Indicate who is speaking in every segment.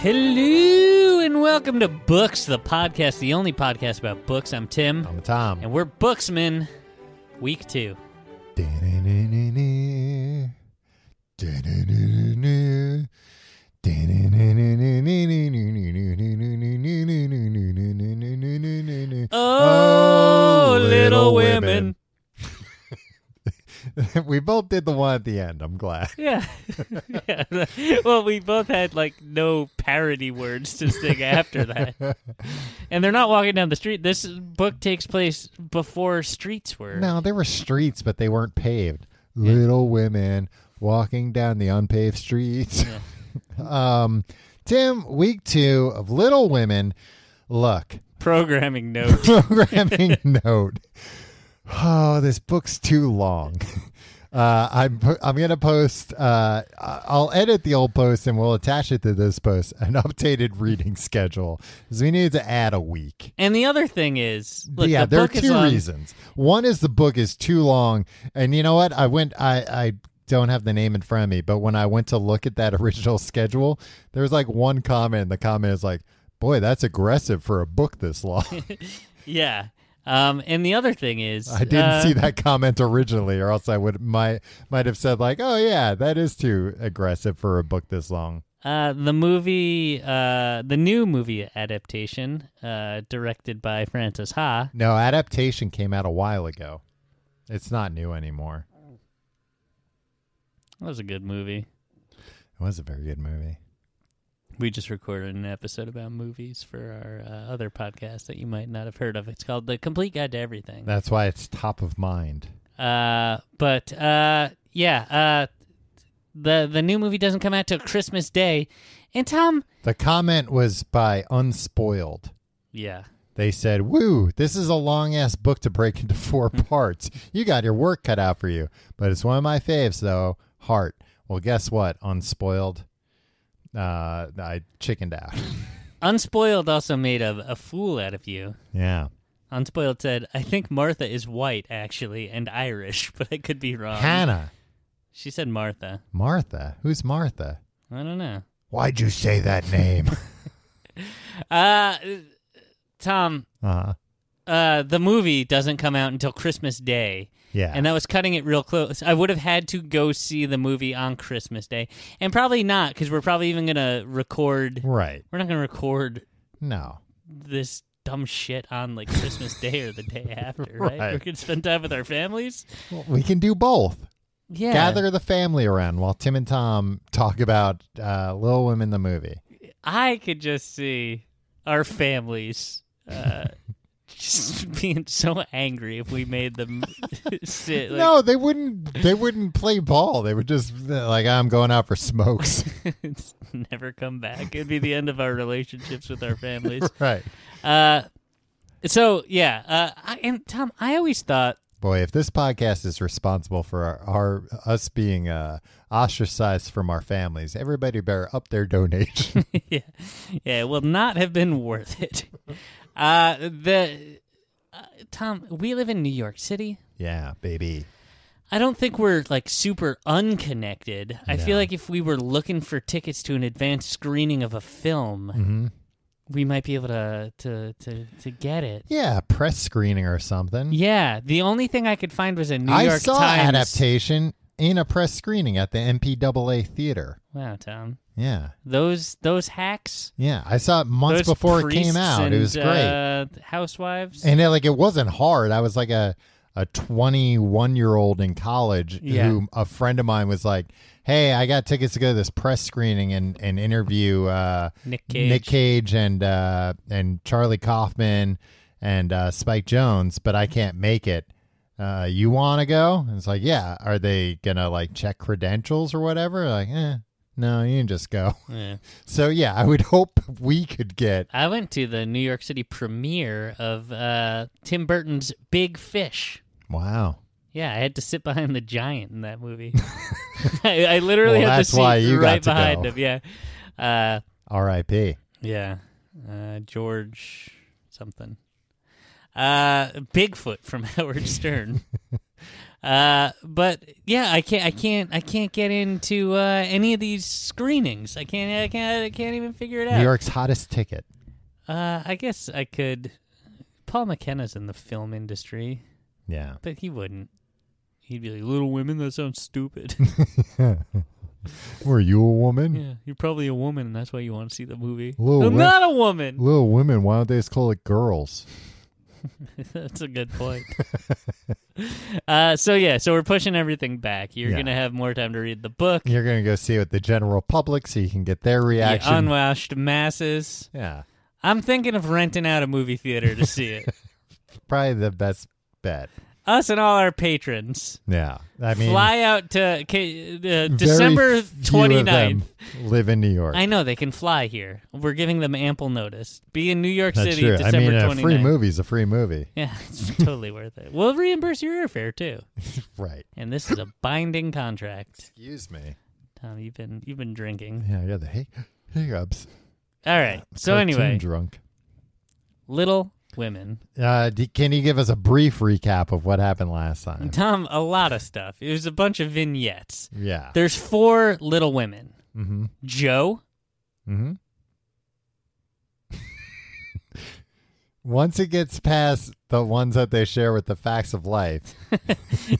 Speaker 1: Hello and welcome to Books, the podcast, the only podcast about books. I'm Tim,
Speaker 2: I'm Tom.
Speaker 1: and we're Booksmen, week two. Oh, Little Women.
Speaker 2: we both did the one at the end. I'm glad.
Speaker 1: Yeah. yeah. Well, we both had like no parody words to sing after that. And they're not walking down the street. This book takes place before streets were.
Speaker 2: No, there were streets, but they weren't paved. Little women walking down the unpaved streets. um, Tim, week two of Little Women. Look,
Speaker 1: Programming note.
Speaker 2: programming note. Oh, this book's too long. Uh, I'm po- I'm gonna post. Uh, I- I'll edit the old post and we'll attach it to this post. An updated reading schedule because we needed to add a week.
Speaker 1: And the other thing is, look,
Speaker 2: yeah,
Speaker 1: the
Speaker 2: there are
Speaker 1: book is
Speaker 2: two
Speaker 1: on-
Speaker 2: reasons. One is the book is too long, and you know what? I went. I I don't have the name in front of me, but when I went to look at that original schedule, there was like one comment. And the comment is like, "Boy, that's aggressive for a book this long."
Speaker 1: Yeah. Um, and the other thing is,
Speaker 2: I didn't
Speaker 1: uh,
Speaker 2: see that comment originally, or else I would might might have said like, "Oh yeah, that is too aggressive for a book this long."
Speaker 1: Uh, the movie, uh, the new movie adaptation, uh, directed by Francis Ha.
Speaker 2: No, adaptation came out a while ago. It's not new anymore.
Speaker 1: That was a good movie.
Speaker 2: It was a very good movie.
Speaker 1: We just recorded an episode about movies for our uh, other podcast that you might not have heard of. It's called The Complete Guide to Everything.
Speaker 2: That's why it's top of mind.
Speaker 1: Uh, but uh, yeah, uh, the the new movie doesn't come out till Christmas Day, and Tom.
Speaker 2: The comment was by Unspoiled.
Speaker 1: Yeah,
Speaker 2: They said, "Woo, this is a long ass book to break into four parts. You got your work cut out for you, but it's one of my faves, though. Heart. Well, guess what? Unspoiled. Uh, I chickened out.
Speaker 1: Unspoiled also made a, a fool out of you.
Speaker 2: yeah."
Speaker 1: Unspoiled said, "I think Martha is white, actually, and Irish, but I could be wrong."
Speaker 2: Hannah.
Speaker 1: She said Martha.
Speaker 2: Martha. Who's Martha?
Speaker 1: I don't know.
Speaker 2: Why'd you say that name?
Speaker 1: Uh, Tom,
Speaker 2: uh,
Speaker 1: uh, the movie doesn't come out until Christmas Day,
Speaker 2: yeah.
Speaker 1: and that was cutting it real close. I would have had to go see the movie on Christmas Day, and probably not because we're probably even gonna record.
Speaker 2: right.
Speaker 1: We're not gonna record
Speaker 2: No.
Speaker 1: this dumb shit on like Christmas Day or the day after, right?
Speaker 2: Right.
Speaker 1: We're gonna spend time with our families.
Speaker 2: Well, we can do both.
Speaker 1: Yeah,
Speaker 2: Gather the family around while Tim and Tom talk about uh, Little Women the movie.
Speaker 1: I could just see our families uh, just being so angry if we made them sit. Like,
Speaker 2: no, they wouldn't. They wouldn't play ball. They would just they're like, I'm going out for smokes.
Speaker 1: never come back. It'd be the end of our relationships with our families.
Speaker 2: right.
Speaker 1: Uh, so yeah, uh, I, and Tom, I always thought
Speaker 2: Boy, if this podcast is responsible for our, our us being uh, ostracized from our families, everybody better up their donation.
Speaker 1: yeah, yeah, it will not have been worth it. Uh, the uh, Tom, we live in New York City.
Speaker 2: yeah, baby.
Speaker 1: I don't think we're like super unconnected. I feel
Speaker 2: No.
Speaker 1: like if we were looking for tickets to an advanced screening of a film,
Speaker 2: hmm
Speaker 1: we might be able to to to, to get it.
Speaker 2: Yeah, press screening or something.
Speaker 1: Yeah, the only thing I could find was a New
Speaker 2: I
Speaker 1: York
Speaker 2: saw
Speaker 1: Times
Speaker 2: adaptation in a press screening at the MPAA theater.
Speaker 1: Wow, Tom.
Speaker 2: Yeah,
Speaker 1: Those those hacks.
Speaker 2: yeah, I saw it months
Speaker 1: those
Speaker 2: before it came
Speaker 1: priests
Speaker 2: out. it
Speaker 1: and,
Speaker 2: was great,
Speaker 1: Uh, housewives.
Speaker 2: and it, like it wasn't hard. I was like a a twenty one year old in college
Speaker 1: Yeah.
Speaker 2: who a friend of mine was like, "Hey, I got tickets to go to this press screening and and interview uh,
Speaker 1: Nick Cage.
Speaker 2: Nick Cage and uh, and Charlie Kaufman and uh, Spike Jones, but I can't make it. Uh, you want to go? And it's like, yeah. Are they gonna like check credentials or whatever? Like, eh, no, you can just go.
Speaker 1: Yeah.
Speaker 2: So yeah, I would hope we could get.
Speaker 1: I went to the New York City premiere of uh, Tim Burton's Big Fish.
Speaker 2: Wow.
Speaker 1: Yeah, I had to sit behind the giant in that movie. I, I literally
Speaker 2: Well,
Speaker 1: had
Speaker 2: that's
Speaker 1: to sit
Speaker 2: why you got
Speaker 1: right
Speaker 2: to
Speaker 1: behind
Speaker 2: go.
Speaker 1: him. Yeah, uh,
Speaker 2: R.I.P.
Speaker 1: yeah, uh, George something, uh, Bigfoot from Howard Stern. Uh, but yeah, I can't, I can't, I can't get into uh, any of these screenings. I can't, I can't, I can't even figure it out.
Speaker 2: New York's hottest ticket.
Speaker 1: Uh, I guess I could. Paul McKenna's in the film industry,
Speaker 2: Yeah.
Speaker 1: but he wouldn't. He'd be like, "Little Women, that sounds stupid."
Speaker 2: Were you a woman?
Speaker 1: yeah, you're probably a woman, and that's why you want to see the movie.
Speaker 2: Little
Speaker 1: I'm
Speaker 2: Wo-
Speaker 1: not a woman.
Speaker 2: Little women, why don't they just call it girls?
Speaker 1: that's a good point. uh, so yeah, so we're pushing everything back. You're
Speaker 2: Yeah.
Speaker 1: gonna have more time to read the book.
Speaker 2: You're going to go see it with the general public so you can get their reaction.
Speaker 1: The unwashed masses.
Speaker 2: yeah.
Speaker 1: I'm thinking of renting out a movie theater to see it.
Speaker 2: Probably the best bet.
Speaker 1: Us and all our patrons.
Speaker 2: Yeah. I mean,
Speaker 1: Fly out to K- uh,
Speaker 2: very
Speaker 1: December
Speaker 2: few of
Speaker 1: 29th.
Speaker 2: them live in New York.
Speaker 1: I know they can fly here. We're giving them ample notice. Be in New York
Speaker 2: That's
Speaker 1: City
Speaker 2: true. I
Speaker 1: December
Speaker 2: mean, a
Speaker 1: 29th.
Speaker 2: free movie's a free movie.
Speaker 1: Yeah, it's totally worth it. We'll reimburse your airfare too.
Speaker 2: Right.
Speaker 1: And this is a binding contract.
Speaker 2: Excuse me.
Speaker 1: Tom, you've been you've been drinking.
Speaker 2: Yeah, I got the hic- hiccups.
Speaker 1: All right. So
Speaker 2: Cartoon
Speaker 1: anyway,
Speaker 2: drunk.
Speaker 1: Little Women.
Speaker 2: Uh, d- can you give us a brief recap of what happened last time?
Speaker 1: Tom, a lot of stuff. It was a bunch of vignettes.
Speaker 2: Yeah.
Speaker 1: There's four Little Women.
Speaker 2: Mm-hmm.
Speaker 1: Joe,
Speaker 2: Mm-hmm. Once it gets past the ones that they share with the facts of life,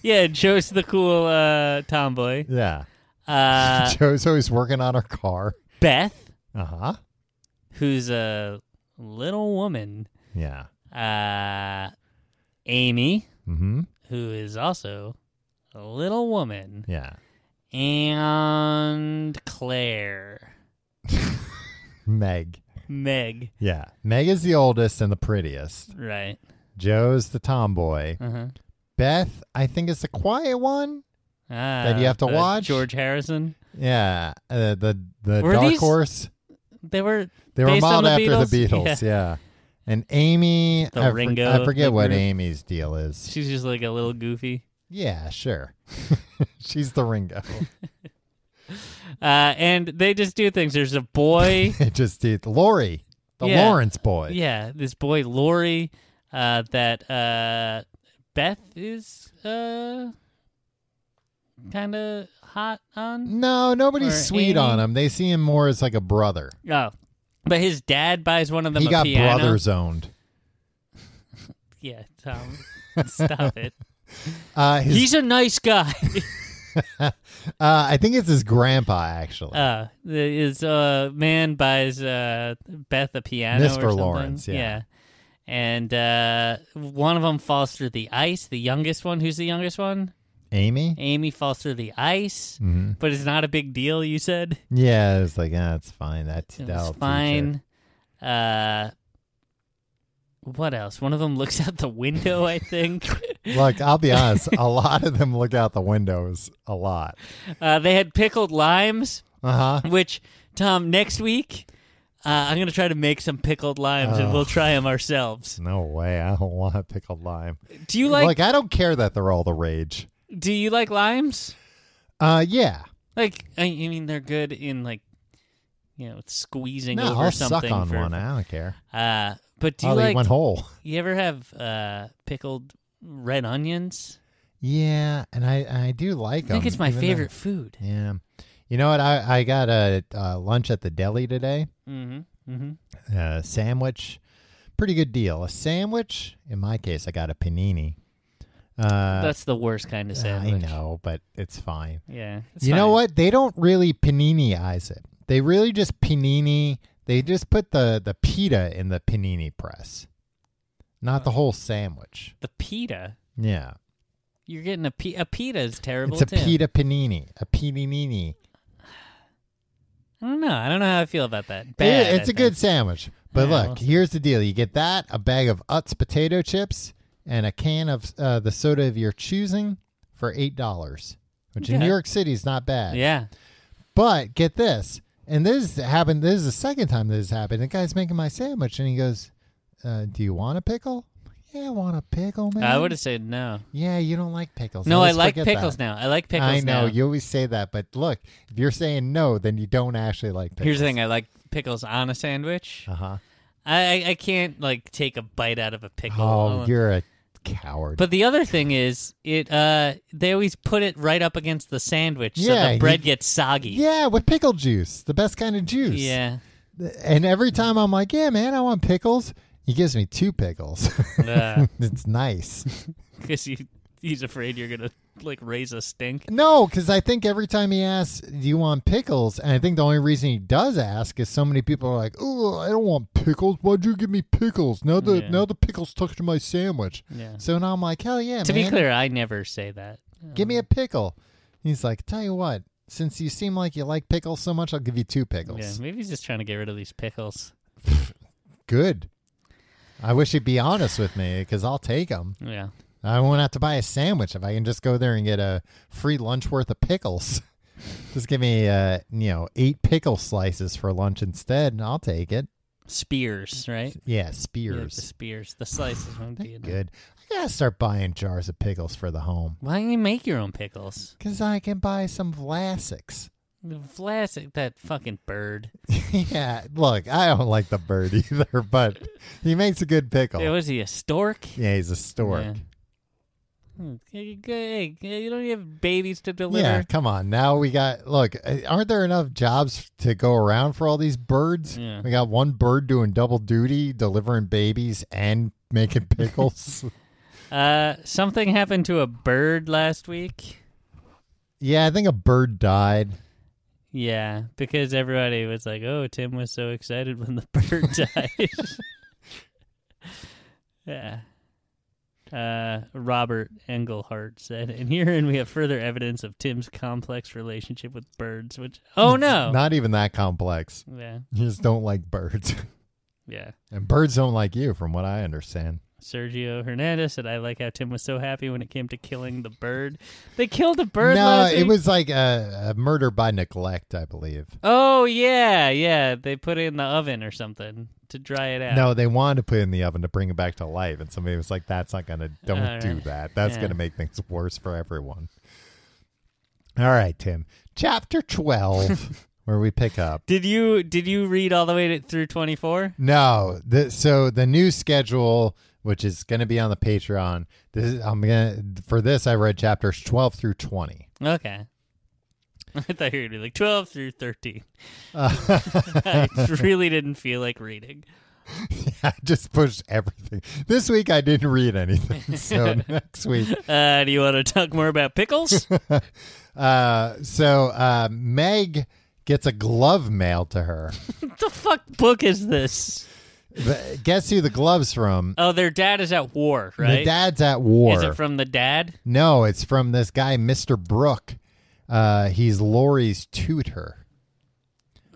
Speaker 1: yeah, Joe's the cool uh, tomboy.
Speaker 2: yeah.
Speaker 1: Uh,
Speaker 2: Joe's always working on her car.
Speaker 1: Beth,
Speaker 2: Uh huh.
Speaker 1: who's a little woman.
Speaker 2: Yeah.
Speaker 1: Uh, Amy,
Speaker 2: Mm-hmm.
Speaker 1: who is also a little woman.
Speaker 2: Yeah.
Speaker 1: And Claire,
Speaker 2: Meg.
Speaker 1: Meg,
Speaker 2: Yeah. Meg is the oldest and the prettiest.
Speaker 1: right?
Speaker 2: Joe's the tomboy.
Speaker 1: Uh-huh.
Speaker 2: Beth, I think, is the quiet one.
Speaker 1: Ah,
Speaker 2: That you have to
Speaker 1: uh,
Speaker 2: watch?
Speaker 1: George Harrison.
Speaker 2: Yeah. Uh, the the
Speaker 1: Were
Speaker 2: dark
Speaker 1: these-
Speaker 2: horse.
Speaker 1: They were
Speaker 2: They were
Speaker 1: based on
Speaker 2: modeled
Speaker 1: the
Speaker 2: after the
Speaker 1: Beatles?
Speaker 2: Beatles.
Speaker 1: Yeah.
Speaker 2: Yeah. And Amy,
Speaker 1: The
Speaker 2: I, fr-
Speaker 1: Ringo
Speaker 2: I forget what
Speaker 1: group.
Speaker 2: Amy's deal is.
Speaker 1: she's just like a little goofy.
Speaker 2: Yeah, sure. She's the Ringo.
Speaker 1: Uh, and they just do things. There's a boy.
Speaker 2: It just did Lori, the
Speaker 1: Yeah.
Speaker 2: Lawrence boy.
Speaker 1: yeah, this boy Lori uh, that uh, Beth is uh, kind of hot on.
Speaker 2: No, nobody's
Speaker 1: Or
Speaker 2: sweet
Speaker 1: Amy.
Speaker 2: on him. They see him more as like a brother.
Speaker 1: Oh, but his dad buys one of them
Speaker 2: he
Speaker 1: a
Speaker 2: got
Speaker 1: piano.
Speaker 2: brother zoned.
Speaker 1: Yeah, Tom, stop it.
Speaker 2: Uh, his,
Speaker 1: He's a nice guy.
Speaker 2: uh, I think it's his grandpa actually,
Speaker 1: uh, is uh, man buys uh, Beth a piano or
Speaker 2: Mr.
Speaker 1: something.
Speaker 2: Lawrence, yeah.
Speaker 1: And uh, one of them falls through the ice. The youngest one, who's the youngest one?
Speaker 2: Amy.
Speaker 1: Amy falls through the ice.
Speaker 2: Mhm.
Speaker 1: but it's not a big deal. You said
Speaker 2: Yeah, it's like ah, it's fine. That
Speaker 1: it
Speaker 2: that'll
Speaker 1: was
Speaker 2: teach her.
Speaker 1: fine. Uh, what else? One of them looks out the window. I think
Speaker 2: Look, I'll be honest. a lot of them look out the windows. A lot.
Speaker 1: uh, they had pickled limes,
Speaker 2: Uh huh.
Speaker 1: which Tom next week. Uh, I'm gonna try to make some pickled limes,
Speaker 2: Oh.
Speaker 1: and we'll try them ourselves.
Speaker 2: No way. I don't want to pick a lime.
Speaker 1: Do you like?
Speaker 2: Look, I don't care that they're all the rage.
Speaker 1: do you like limes?
Speaker 2: Uh, yeah.
Speaker 1: Like, I, I mean, they're good in like, you know, squeezing
Speaker 2: No,
Speaker 1: over
Speaker 2: I'll
Speaker 1: something.
Speaker 2: suck on
Speaker 1: for-
Speaker 2: one. I don't care.
Speaker 1: Uh, but do you
Speaker 2: I'll eat
Speaker 1: like?
Speaker 2: one whole.
Speaker 1: You ever have uh, pickled red onions?
Speaker 2: Yeah, and I I do like
Speaker 1: I
Speaker 2: them.
Speaker 1: think it's my
Speaker 2: even though-
Speaker 1: favorite food.
Speaker 2: yeah, you know what? I I got a uh, lunch at the deli today.
Speaker 1: Mm-hmm. Mm-hmm.
Speaker 2: A sandwich, pretty good deal. A sandwich. In my case, I got a panini. Uh,
Speaker 1: That's the worst kind of sandwich.
Speaker 2: I know, but it's fine.
Speaker 1: Yeah. it's
Speaker 2: you know
Speaker 1: fine.
Speaker 2: what? They don't really paniniize it. They really just panini. They just put the the pita in the panini press, not the whole sandwich.
Speaker 1: The pita.
Speaker 2: Yeah,
Speaker 1: You're getting a pita. A pita is terrible.
Speaker 2: it's a
Speaker 1: too.
Speaker 2: pita panini, a panini.
Speaker 1: I don't know. I don't know how I feel about that.
Speaker 2: It is-
Speaker 1: Bad,
Speaker 2: it's
Speaker 1: a
Speaker 2: a good sandwich. But
Speaker 1: Yeah,
Speaker 2: look,
Speaker 1: well-
Speaker 2: here's the deal: you get that, a bag of Utz potato chips, and a can of uh, the soda of your choosing for eight dollars, which in
Speaker 1: Okay.
Speaker 2: New York City is not bad.
Speaker 1: Yeah.
Speaker 2: But get this, and this happened. This is the second time this has happened. The guy's making my sandwich, and he goes, uh, "Do you want a pickle?" Yeah, I want a pickle, man.
Speaker 1: I would have said no.
Speaker 2: Yeah, you don't like pickles.
Speaker 1: No, I
Speaker 2: always
Speaker 1: like
Speaker 2: forget
Speaker 1: pickles
Speaker 2: that.
Speaker 1: now. I like pickles
Speaker 2: I
Speaker 1: now.
Speaker 2: know you always say that, but look, if you're saying no, then you don't actually like pickles.
Speaker 1: Here's the thing. I like pickles on a sandwich.
Speaker 2: Uh huh.
Speaker 1: I I- I can't like take a bite out of a pickle.
Speaker 2: Oh,
Speaker 1: Oh,
Speaker 2: you're a Coward.
Speaker 1: But the other thing is, it uh, they always put it right up against the sandwich, so
Speaker 2: Yeah,
Speaker 1: the bread
Speaker 2: you-
Speaker 1: gets soggy.
Speaker 2: yeah, with pickle juice, the best kind of juice.
Speaker 1: Yeah.
Speaker 2: And every time I'm like, yeah, man, I want pickles. He gives me two pickles. it's nice.
Speaker 1: because he Uh, he's afraid you're gonna like raise a stink.
Speaker 2: No, because I think every time he asks, "Do you want pickles?" and I think the only reason he does ask is so many people are like, "Oh, I don't want pickles. Why'd you give me pickles? Now the
Speaker 1: Yeah.
Speaker 2: now the pickles tucked to my sandwich."
Speaker 1: Yeah.
Speaker 2: So now I'm like, "Hell yeah,
Speaker 1: to
Speaker 2: man!
Speaker 1: be clear, I never say that. Um,
Speaker 2: give me a pickle." He's like, "Tell you what, since you seem like you like pickles so much, I'll give you two
Speaker 1: Yeah,
Speaker 2: pickles.
Speaker 1: maybe he's just trying to get rid of these pickles.
Speaker 2: Good." I wish he'd be honest with me because I'll take them.
Speaker 1: Yeah.
Speaker 2: I won't have to buy a sandwich if I can just go there and get a free lunch worth of pickles. just give me, uh, you know, eight pickle slices for lunch instead, and I'll take it.
Speaker 1: Spears, right?
Speaker 2: Yeah,
Speaker 1: Yeah, the
Speaker 2: spears.
Speaker 1: spears. The slices won't be enough.
Speaker 2: Good. I gotta start buying jars of pickles for the home
Speaker 1: Why don't you make your own pickles?
Speaker 2: because I can buy some Vlasics.
Speaker 1: The Vlasic, that fucking bird.
Speaker 2: yeah, look, I don't like the bird either, but he makes a good pickle.
Speaker 1: Yeah, was he a stork?
Speaker 2: yeah, he's a stork.
Speaker 1: Hmm, Hey, hey, hey, you don't have babies to
Speaker 2: Yeah.
Speaker 1: deliver.
Speaker 2: come on. Now we got look. uh, Aren't there enough jobs to go around for all these birds?
Speaker 1: Yeah.
Speaker 2: We got one bird doing double duty, delivering babies and making pickles.
Speaker 1: Uh, something happened to a bird last week.
Speaker 2: yeah, I think a bird died.
Speaker 1: Yeah, because everybody was like, "Oh, Tim was so excited when the bird died." yeah. Uh, Robert Engelhart said, and herein we have further evidence of Tim's complex relationship with birds. Which, oh no,
Speaker 2: Not even that complex.
Speaker 1: yeah,
Speaker 2: You just don't like birds.
Speaker 1: yeah.
Speaker 2: And birds don't like you, from what I understand.
Speaker 1: Sergio Hernandez said, "I like how Tim was so happy when it came to killing the bird. They killed a bird.
Speaker 2: no,
Speaker 1: last
Speaker 2: it
Speaker 1: week?
Speaker 2: was like a, a murder by neglect, I believe.
Speaker 1: Oh yeah, yeah. They put it in the oven or something to dry it out.
Speaker 2: No, they wanted to put it in the oven to bring it back to life, and somebody was like, "That's not gonna. Don't
Speaker 1: All
Speaker 2: do
Speaker 1: right.
Speaker 2: that. That's
Speaker 1: Yeah.
Speaker 2: gonna make things worse for everyone." All right, Tim. Chapter twelve, where we pick up.
Speaker 1: Did you did you read all the way to, through twenty four?
Speaker 2: No, the, so the new schedule, which is gonna be on the Patreon. This is, I'm gonna for this. I read chapters twelve through twenty.
Speaker 1: Okay. I thought you were gonna be like twelve through thirteen. I really didn't feel like reading.
Speaker 2: I just pushed everything. This week I didn't read anything, so next week
Speaker 1: Uh, do you want to talk more about pickles?
Speaker 2: Uh, so uh, Meg gets a glove mailed to her.
Speaker 1: what the fuck book is this?
Speaker 2: The- Guess who the gloves from?
Speaker 1: Oh, their dad is at war, right?
Speaker 2: The dad's at war.
Speaker 1: Is it from the dad?
Speaker 2: no, it's from this guy, Mr. Brooke. Uh, he's Lori's tutor.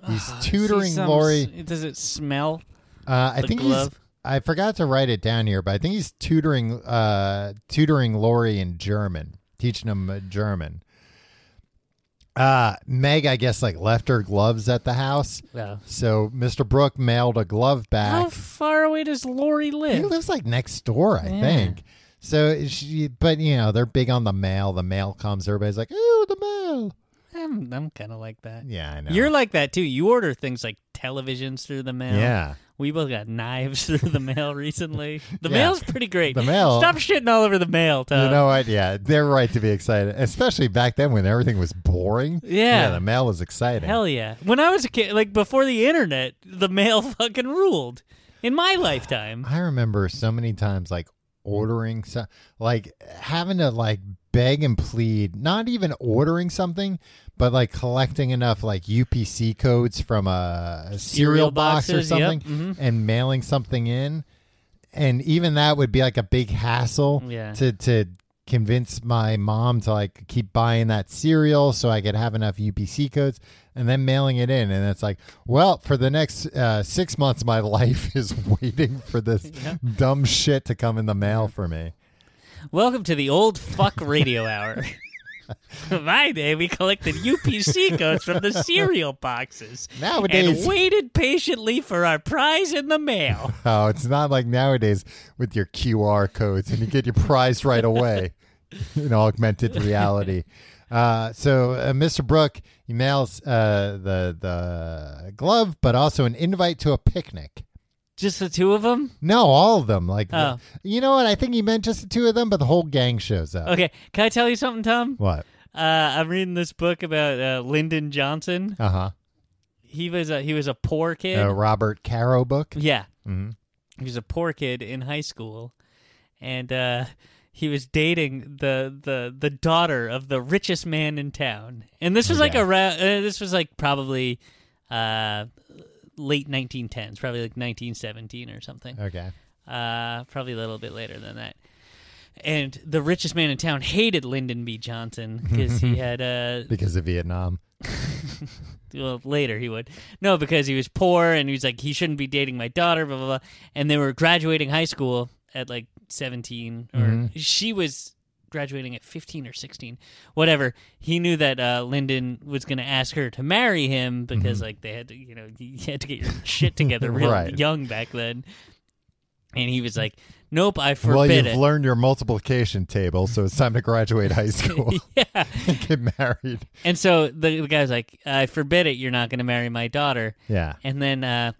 Speaker 2: He's
Speaker 1: Ah, See
Speaker 2: tutoring
Speaker 1: some-
Speaker 2: Lori.
Speaker 1: Does it smell?
Speaker 2: Uh, I
Speaker 1: the
Speaker 2: think
Speaker 1: glove?
Speaker 2: he's. I forgot to write it down here, but I think he's tutoring uh, tutoring Lori in German, teaching him uh, German. Uh, Meg, I guess, like left her gloves at the house.
Speaker 1: No.
Speaker 2: So Mr. Brooke mailed a glove
Speaker 1: How
Speaker 2: back.
Speaker 1: far away does Lori
Speaker 2: he
Speaker 1: live?
Speaker 2: lives like next door, I
Speaker 1: Yeah.
Speaker 2: think. So she, but you know, they're big on the mail. The mail comes, everybody's like, "Ooh, the mail."
Speaker 1: I'm, I'm kind of like that.
Speaker 2: Yeah, I know.
Speaker 1: You're like that too. You order things like televisions through the mail.
Speaker 2: yeah.
Speaker 1: We both got knives through the mail recently. The
Speaker 2: Yeah.
Speaker 1: mail's pretty great.
Speaker 2: The mail-
Speaker 1: Stop shitting all over the mail, Tom.
Speaker 2: you know what? Yeah, they're right to be excited, especially back then when everything was boring.
Speaker 1: Yeah.
Speaker 2: the mail was exciting.
Speaker 1: Hell yeah. When I was a kid, like before the internet, the mail fucking ruled in my lifetime.
Speaker 2: I remember so many times like ordering some like having to like beg and plead, not even ordering something, but like collecting enough like UPC codes from a cereal,
Speaker 1: Cereal
Speaker 2: box or
Speaker 1: boxes, yep,
Speaker 2: something
Speaker 1: mhm.
Speaker 2: and mailing something in. And even that would be like a big hassle
Speaker 1: Yeah.
Speaker 2: to to convince my mom to like keep buying that cereal so I could have enough UPC codes and then mailing it in and it's like well for the next uh, 6 months my life is waiting for this
Speaker 1: Yeah.
Speaker 2: dumb shit to come in the mail for me.
Speaker 1: Welcome to the old fuck radio hour. my day, we collected UPC codes from the cereal boxes
Speaker 2: Nowadays-
Speaker 1: and waited patiently for our prize in the mail.
Speaker 2: Oh, it's not like nowadays with your QR codes and you get your prize right away in augmented reality. Uh, so, uh, Mr. Brooke emails uh, the the glove, but also an invite to a picnic.
Speaker 1: Just the two of them?
Speaker 2: No, all of them. Like,
Speaker 1: Oh.
Speaker 2: you know what? I think he meant just the two of them, but the whole gang shows up.
Speaker 1: Okay. Can I tell you something, Tom?
Speaker 2: What?
Speaker 1: Uh, I'm reading this book about uh, Lyndon Johnson.
Speaker 2: Uh huh.
Speaker 1: He was a he was a poor kid.
Speaker 2: The Robert Caro book.
Speaker 1: yeah,
Speaker 2: Mhm.
Speaker 1: he was a poor kid in high school, and uh, he was dating the, the the daughter of the richest man in town. And this was like
Speaker 2: Okay.
Speaker 1: around. Uh, this was like probably uh, late 1910s, probably like 1917 or something.
Speaker 2: Okay.
Speaker 1: uh, probably a little bit later than that. And the richest man in town hated Lyndon B. Johnson because he had uh,
Speaker 2: Because of Vietnam.
Speaker 1: well later he would no because he was poor and he was like he shouldn't be dating my daughter blah blah blah and they were graduating high school at like seventeen or
Speaker 2: Mhm.
Speaker 1: she was graduating at fifteen or sixteen whatever he knew that uh, Lyndon was going to ask her to marry him because like they had to you know you had to get your shit together real
Speaker 2: Mm-hmm. Right.
Speaker 1: young back then and he was like nope I forbid
Speaker 2: well, you've
Speaker 1: it
Speaker 2: learned your multiplication table, so it's time to graduate high school
Speaker 1: yeah
Speaker 2: and get married.
Speaker 1: and so the, the guy's like I forbid it you're not going to marry my daughter
Speaker 2: Yeah.
Speaker 1: And then uh,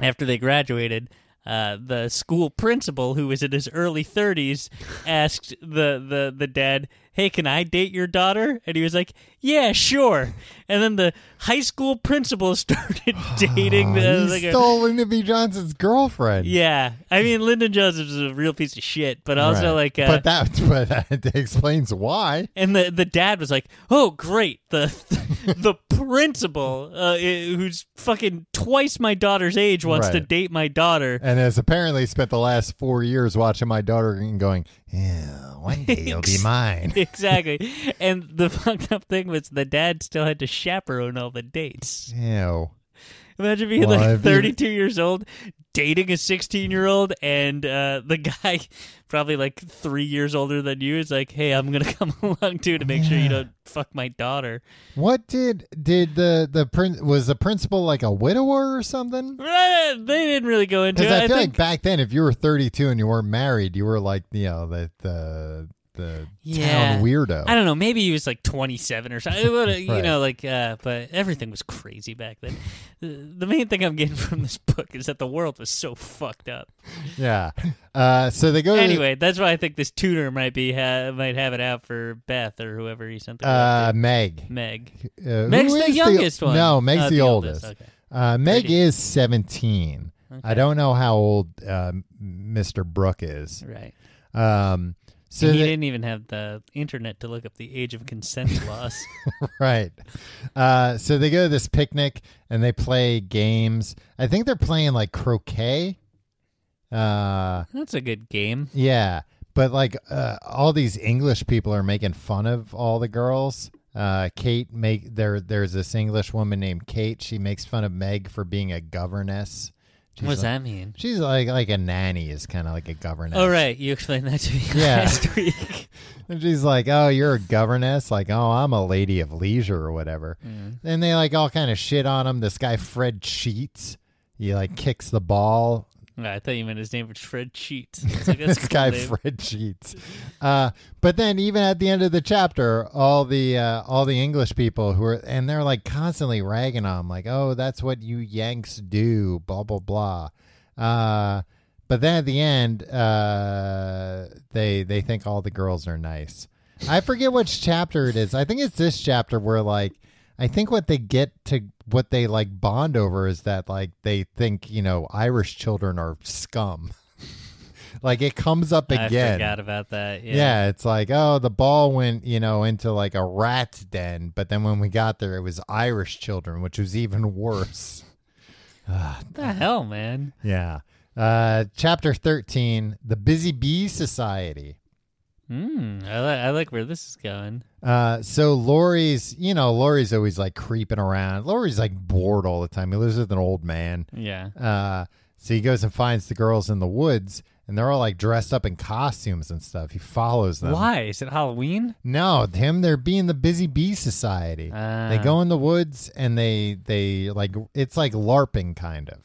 Speaker 1: after they graduated, uh, the school principal, who was in his early 30s, asked the, the, the dad, Hey, can I date your daughter? And he was like, Yeah, sure. And then the high school principal started dating
Speaker 2: Aw,
Speaker 1: the.
Speaker 2: he
Speaker 1: like a-
Speaker 2: stole Lyndon B. Johnson's girlfriend.
Speaker 1: yeah. I mean, Lyndon Johnson was a real piece of shit, but also,
Speaker 2: Right.
Speaker 1: like. Uh,
Speaker 2: but that but that explains why.
Speaker 1: and the, the dad was like, "Oh, great! The the principal, uh, i- who's fucking twice my daughter's age, wants to
Speaker 2: Right.
Speaker 1: date my daughter.
Speaker 2: And has apparently spent the last four years watching my daughter and going, yeah, one day you'll be mine.
Speaker 1: exactly. And the fucked up thing was the dad still had to chaperone all the dates.
Speaker 2: Ew.
Speaker 1: Imagine being
Speaker 2: Well,
Speaker 1: like
Speaker 2: if you-
Speaker 1: 32 years old, dating a 16 year old, and uh, the guy, probably like three years older than you, is like, hey, I'm going to come along too to make sure you don't fuck my daughter.
Speaker 2: What did did the the prin- was the principal like a widower or something?
Speaker 1: Right? They didn't really go into
Speaker 2: Because
Speaker 1: it.
Speaker 2: I feel
Speaker 1: think,
Speaker 2: like back then, if you were 32 and you weren't married, you were like you know the the the
Speaker 1: Yeah.
Speaker 2: town weirdo.
Speaker 1: I don't know. Maybe he was like 27 or something. What a- You
Speaker 2: Right.
Speaker 1: know, like, uh, but everything was crazy back then. The the main thing I'm getting from this book is that the world was so fucked up.
Speaker 2: yeah. Uh, so they go to the-
Speaker 1: anyway, that's why I think this tutor might be ha- might have it out for Beth or whoever he sent the
Speaker 2: uh,
Speaker 1: girl
Speaker 2: Meg.
Speaker 1: to. Meg.
Speaker 2: Uh,
Speaker 1: Meg's
Speaker 2: who
Speaker 1: the
Speaker 2: is
Speaker 1: youngest one.
Speaker 2: No, Meg's
Speaker 1: Uh,
Speaker 2: the, oldest.
Speaker 1: Okay.
Speaker 2: Uh, Meg
Speaker 1: Pretty.
Speaker 2: is 17. I don't know how old uh, Mr. Brooke is.
Speaker 1: Right.
Speaker 2: Um, so
Speaker 1: he
Speaker 2: they-
Speaker 1: didn't even have the internet to look up the age of consent laws.
Speaker 2: right. Uh, so they go to this picnic and they play games. I think they're playing like croquet. Uh,
Speaker 1: That's a good game.
Speaker 2: yeah, but like uh, all these English people are making fun of all the girls. Uh, Kate make there. There's this English woman named Kate. She makes fun of Meg for being a governess. She's
Speaker 1: What does
Speaker 2: like-
Speaker 1: that mean?
Speaker 2: She's like like a nanny is kind of like a governess.
Speaker 1: Oh, right. You explained that to me
Speaker 2: Yeah.
Speaker 1: last week.
Speaker 2: And she's like, "Oh, you're a governess." Like, "Oh, I'm a lady of leisure or whatever."
Speaker 1: Mm.
Speaker 2: And they like all kind of shit on him. This guy Fred Sheets, he like kicks the ball.
Speaker 1: I thought you meant his name was Fred Cheats. It's like, that's a cool
Speaker 2: this guy
Speaker 1: name.
Speaker 2: Fred Sheets. Uh, but then even at the end of the chapter, all the uh, all the English people who are and they're like constantly ragging on him, like, "Oh, that's what you Yanks do." Blah blah blah. Uh, but then at the end, uh, they they think all the girls are nice. I forget which chapter it is. I think it's this chapter where like I think what they get to what they like bond over is that like they think you know Irish children are scum. like it comes up
Speaker 1: I
Speaker 2: again.
Speaker 1: forgot about that. Yeah.
Speaker 2: yeah. it's like oh the ball went you know into like a rat's den, but then when we got there it was Irish children, which was even worse.
Speaker 1: What the hell, man?
Speaker 2: Yeah. Uh, chapter 13 The Busy Bee Society.
Speaker 1: Mm, I, li- I like where this is going.
Speaker 2: Uh, so Lori's, you know, Lori's always like creeping around. Lori's like bored all the time. He lives with an old man.
Speaker 1: Yeah.
Speaker 2: Uh, so he goes and finds the girls in the woods, and they're all like dressed up in costumes and stuff. He follows them.
Speaker 1: Why? Is it Halloween?
Speaker 2: No, him. They're being the busy bee society.
Speaker 1: Ah.
Speaker 2: they go in the woods and they they like it's like LARPing kind of.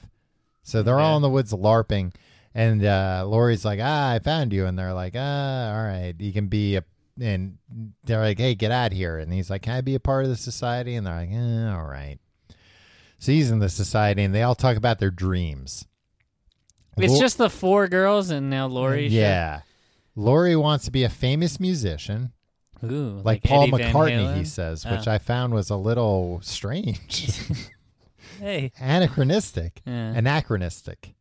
Speaker 2: So they're all
Speaker 1: Okay.
Speaker 2: in the woods LARPing, and uh, Lori's like, "Ah, I found you," and they're like, "Ah, all right, you can be a." And they're like, "Hey, get out here!" And he's like, "Can I be a part of the society?" And they're like, eh, "All right." So he's in the society, and they all talk about their dreams.
Speaker 1: It's
Speaker 2: Lo-
Speaker 1: just the four girls and now Lori.
Speaker 2: yeah. Lori wants to be a famous musician,
Speaker 1: shit. Ooh,
Speaker 2: like,
Speaker 1: like,
Speaker 2: Paul
Speaker 1: Eddie Van
Speaker 2: McCartney, he
Speaker 1: Halen?
Speaker 2: says,
Speaker 1: Oh.
Speaker 2: which I found was a little strange,
Speaker 1: Hey,
Speaker 2: anachronistic,
Speaker 1: Yeah.
Speaker 2: anachronistic.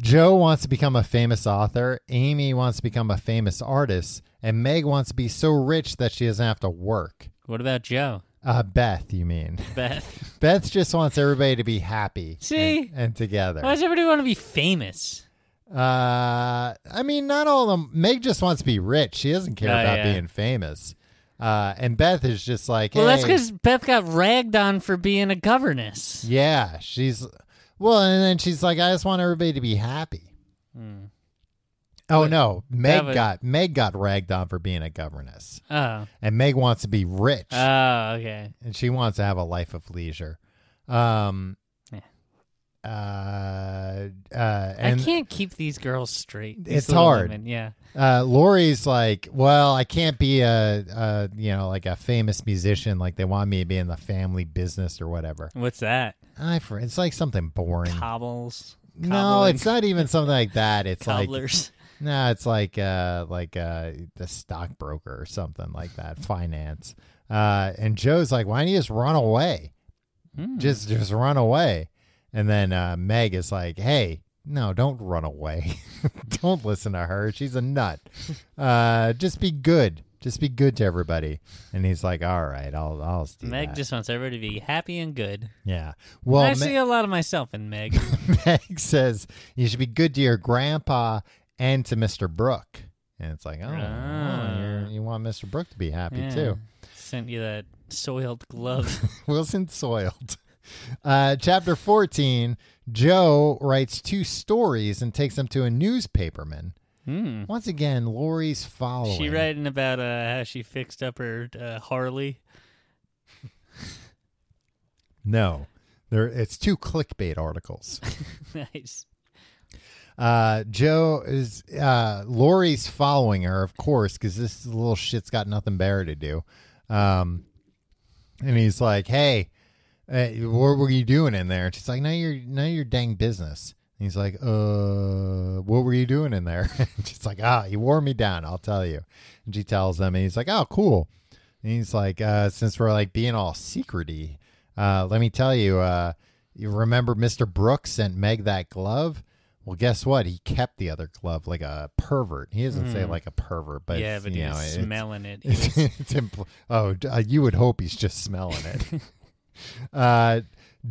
Speaker 2: Joe wants to become a famous author. Amy wants to become a famous artist, and Meg wants to be so rich that she doesn't have to work.
Speaker 1: what about Joe?
Speaker 2: Uh, Beth, you mean?
Speaker 1: Beth.
Speaker 2: Beth just wants everybody to be happy.
Speaker 1: See?
Speaker 2: and, and together.
Speaker 1: Why does everybody want to be famous?
Speaker 2: Uh, I mean, not all of them. Meg just wants to be rich. She doesn't care
Speaker 1: Oh,
Speaker 2: about
Speaker 1: yeah.
Speaker 2: being famous. Uh, and Beth is just like,
Speaker 1: Well, that's
Speaker 2: hey.
Speaker 1: because Beth got ragged on for being a governess.
Speaker 2: yeah, she's well, and then she's like, I just want everybody to be happy. Oh no, Meg
Speaker 1: Hmm. Devin-
Speaker 2: got Meg got ragged on for being a governess,
Speaker 1: Oh.
Speaker 2: and Meg wants to be rich,
Speaker 1: Oh, okay.
Speaker 2: and she wants to have a life of leisure. Um,
Speaker 1: Yeah.
Speaker 2: uh, uh, and
Speaker 1: I can't keep these girls straight. these
Speaker 2: It's
Speaker 1: little
Speaker 2: hard.
Speaker 1: women, Yeah.
Speaker 2: uh, Lori's like, well, I can't be a, a, you know, like a famous musician. Like they want me to be in the family business or whatever.
Speaker 1: What's that?
Speaker 2: I, for- it's like something boring.
Speaker 1: Cobbles.
Speaker 2: no,
Speaker 1: cobbling-
Speaker 2: it's not even something like that. It's like,
Speaker 1: Cobblers.
Speaker 2: no, it's like, uh, like, uh, the stockbroker or something like that. Finance. Uh, and Joe's like, why don't you just run away?
Speaker 1: Hmm.
Speaker 2: Just, just run away. And then, uh, Meg is like, hey, no, don't run away. don't listen to her. She's a nut. Uh, just be good. Just be good to everybody. And he's like, all right, I'll, I'll do
Speaker 1: Meg
Speaker 2: that."
Speaker 1: just wants everybody to be happy and good.
Speaker 2: yeah. Well,
Speaker 1: I
Speaker 2: Me-
Speaker 1: see a lot of myself in Meg.
Speaker 2: Meg says you should be good to your grandpa and to Mr. Brooke. And it's like, oh,
Speaker 1: Ah.
Speaker 2: oh, you're- you want Mr. Brooke to be happy
Speaker 1: Yeah.
Speaker 2: too.
Speaker 1: Sent you that soiled glove.
Speaker 2: Wilson soiled. Uh, chapter 14 Joe writes two stories and takes them to a newspaperman.
Speaker 1: Hmm.
Speaker 2: Once again, Lori's following.
Speaker 1: She writing about uh, how she fixed up her uh, Harley.
Speaker 2: No, there, it's two clickbait articles.
Speaker 1: nice.
Speaker 2: Uh, Joe is uh, Lori's following her, of course, because this little shit's got nothing better to do. Um, and he's like, "Hey, uh, what were you doing in there?" And she's like, "None of your none of your dang business." And he's like, "Uh, what were you doing in there?" and she's like, "Ah, you wore me down. I'll tell you." And she tells him, and he's like, "Oh, cool." And he's like, uh, "Since we're like being all secrety, uh, let me tell you, uh, you remember Mr. Brooks sent Meg that glove." Well, guess what? He kept the other glove like a pervert. He doesn't say like a pervert, but
Speaker 1: Hmm. yeah,
Speaker 2: it's,
Speaker 1: but
Speaker 2: you
Speaker 1: he's
Speaker 2: know, it's-
Speaker 1: smelling it. He
Speaker 2: it's,
Speaker 1: was-
Speaker 2: it's impl- oh, d- uh, you would hope he's just smelling it. uh,
Speaker 1: oh,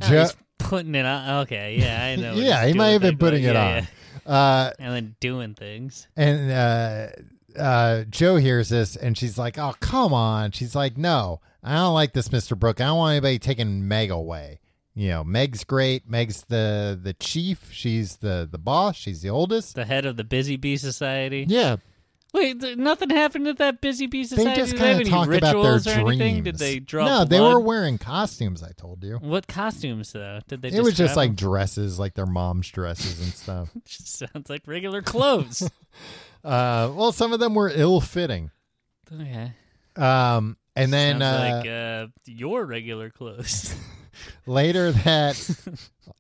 Speaker 2: Jo-
Speaker 1: he's putting it on. Okay, yeah, I know. what
Speaker 2: yeah,
Speaker 1: he's
Speaker 2: he might
Speaker 1: doing
Speaker 2: have been
Speaker 1: with that
Speaker 2: putting
Speaker 1: glove.
Speaker 2: it
Speaker 1: Yeah,
Speaker 2: on.
Speaker 1: yeah.
Speaker 2: Uh,
Speaker 1: And then doing things.
Speaker 2: and uh, uh, Joe hears this, and she's like, "Oh, come on!" She's like, "No, I don't like this, Mister Brooke. I don't want anybody taking Meg away. You know, Meg's great. Meg's the the chief. She's the the boss. She's the oldest.
Speaker 1: The head of the Busy Bee Society.
Speaker 2: Yeah,
Speaker 1: Wait, th- nothing happened at that Busy Bee Society?
Speaker 2: they just
Speaker 1: Did they have
Speaker 2: kind of
Speaker 1: any
Speaker 2: talk about their
Speaker 1: rituals or
Speaker 2: dreams.
Speaker 1: anything? Did they draw
Speaker 2: no, they
Speaker 1: blood?
Speaker 2: were wearing costumes. I told you."
Speaker 1: What costumes, though? Did they
Speaker 2: it was just
Speaker 1: travel?
Speaker 2: like dresses, like their mom's dresses and stuff.
Speaker 1: Just sounds like regular clothes.
Speaker 2: Uh, well, some of them were ill-fitting.
Speaker 1: okay.
Speaker 2: Um, and then
Speaker 1: Sounds
Speaker 2: uh,
Speaker 1: like uh, your regular clothes.
Speaker 2: later that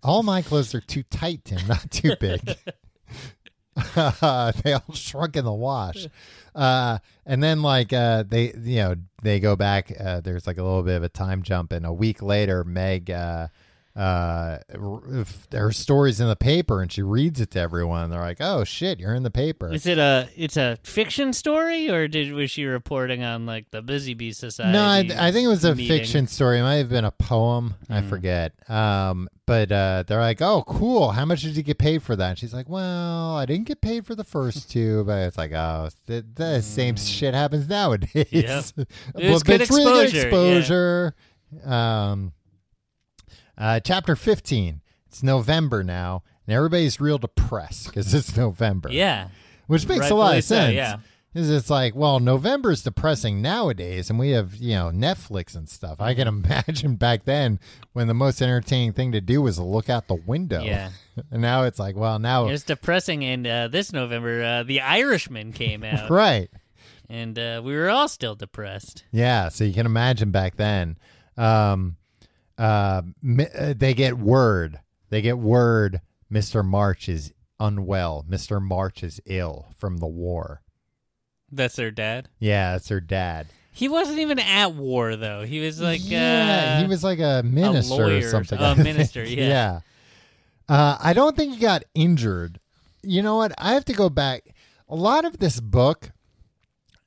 Speaker 2: all my clothes are too tight, Tim, not too big. they all shrunk in the wash. Uh, and then like uh, they, you know, they go back. Uh, there's like a little bit of a time jump, and a week later, Meg. Uh, uh r- f- her story's in the paper and she reads it to everyone and they're like oh shit you're in the paper
Speaker 1: Is it a it's a fiction story, or did was she reporting on like the Busy Bee Society?
Speaker 2: No, I, I think it was a
Speaker 1: meeting? Mm.
Speaker 2: fiction story. It might have been a poem. I forget. Um, but uh, they're like, "Oh, cool. How much did you get paid for that?" And she's like, "Well, I didn't get paid for the first two, but it's like, oh, th- the same shit happens nowadays.
Speaker 1: Mm. Yep.
Speaker 2: but,
Speaker 1: was
Speaker 2: but
Speaker 1: good
Speaker 2: it's really good
Speaker 1: exposure,
Speaker 2: exposure. Um, uh, chapter fifteen. It's November now, and everybody's real depressed because it's November.
Speaker 1: Yeah,
Speaker 2: Which makes a lot
Speaker 1: Rightfully
Speaker 2: of
Speaker 1: so,
Speaker 2: sense.
Speaker 1: yeah.
Speaker 2: Is it's like, well, November's depressing nowadays, and we have, you know, Netflix and stuff. I can imagine back then when the most entertaining thing to do was look out the window.
Speaker 1: Yeah.
Speaker 2: and now it's like, well, now,
Speaker 1: it's depressing. And uh, this November, uh, The Irishman came out,
Speaker 2: right.
Speaker 1: and uh, we were all still depressed.
Speaker 2: Yeah. So you can imagine back then. Um, uh, mi- uh, they get word. They get word Mr. March is unwell. Mr. March is ill from the war.
Speaker 1: That's their dad.
Speaker 2: Yeah, that's her dad.
Speaker 1: He wasn't even at war though. He was like
Speaker 2: yeah,
Speaker 1: uh,
Speaker 2: he was like a minister
Speaker 1: lawyer
Speaker 2: or
Speaker 1: or
Speaker 2: something.
Speaker 1: some-
Speaker 2: I
Speaker 1: a minister,
Speaker 2: think.
Speaker 1: yeah.
Speaker 2: yeah. Uh, I don't think he got injured. You know what? I have to go back. A lot of this book,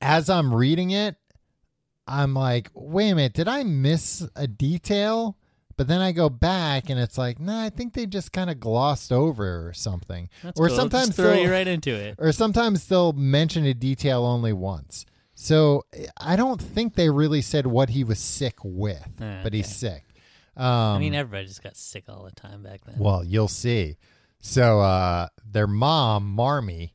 Speaker 2: as I'm reading it, I'm like, wait a minute, did I miss a detail? But then I go back and it's like, nah, I think they just kind of glossed over or something.
Speaker 1: That's
Speaker 2: or
Speaker 1: cool. Just
Speaker 2: sometimes
Speaker 1: throw
Speaker 2: they'll-
Speaker 1: you right into it.
Speaker 2: or sometimes they'll mention a detail only once. So I don't think they really said what he was sick with,
Speaker 1: Ah,
Speaker 2: but he's sick. Um,
Speaker 1: I mean, everybody just got sick all the time back then.
Speaker 2: well, you'll see. So uh, their mom, Marmy,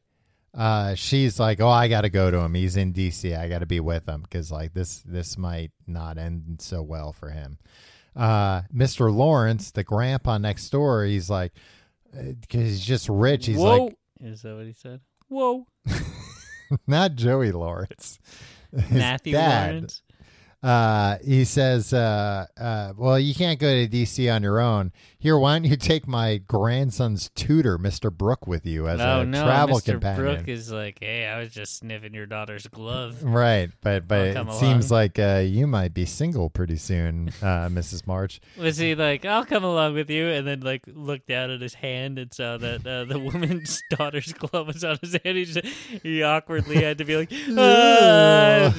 Speaker 2: uh, she's like, "Oh, I got to go to him. He's in D.C. I got to be with him because like this this might not end so well for him." Uh, Mr. Lawrence, the grandpa next door, he's like, because he's just rich. He's
Speaker 1: Whoa,
Speaker 2: like,
Speaker 1: is that what he said? Whoa,
Speaker 2: not Joey Lawrence. His
Speaker 1: Matthew
Speaker 2: dad.
Speaker 1: Lawrence.
Speaker 2: Uh, he says, uh, uh, well, you can't go to DC on your own. Here, why don't you take my grandson's tutor, Mr. Brook, with you as
Speaker 1: oh
Speaker 2: a
Speaker 1: no,
Speaker 2: travel
Speaker 1: Mr.
Speaker 2: companion?
Speaker 1: Brooke is like, hey, I was just sniffing your daughter's glove.
Speaker 2: Right, but but
Speaker 1: I'll
Speaker 2: it
Speaker 1: come
Speaker 2: seems like uh, you might be single pretty soon, uh, Mrs. March.
Speaker 1: Was he like, I'll come along with you? And then like looked down at his hand and saw that uh, the woman's daughter's glove was on his hand. He, just, he awkwardly had to be like, "Ah."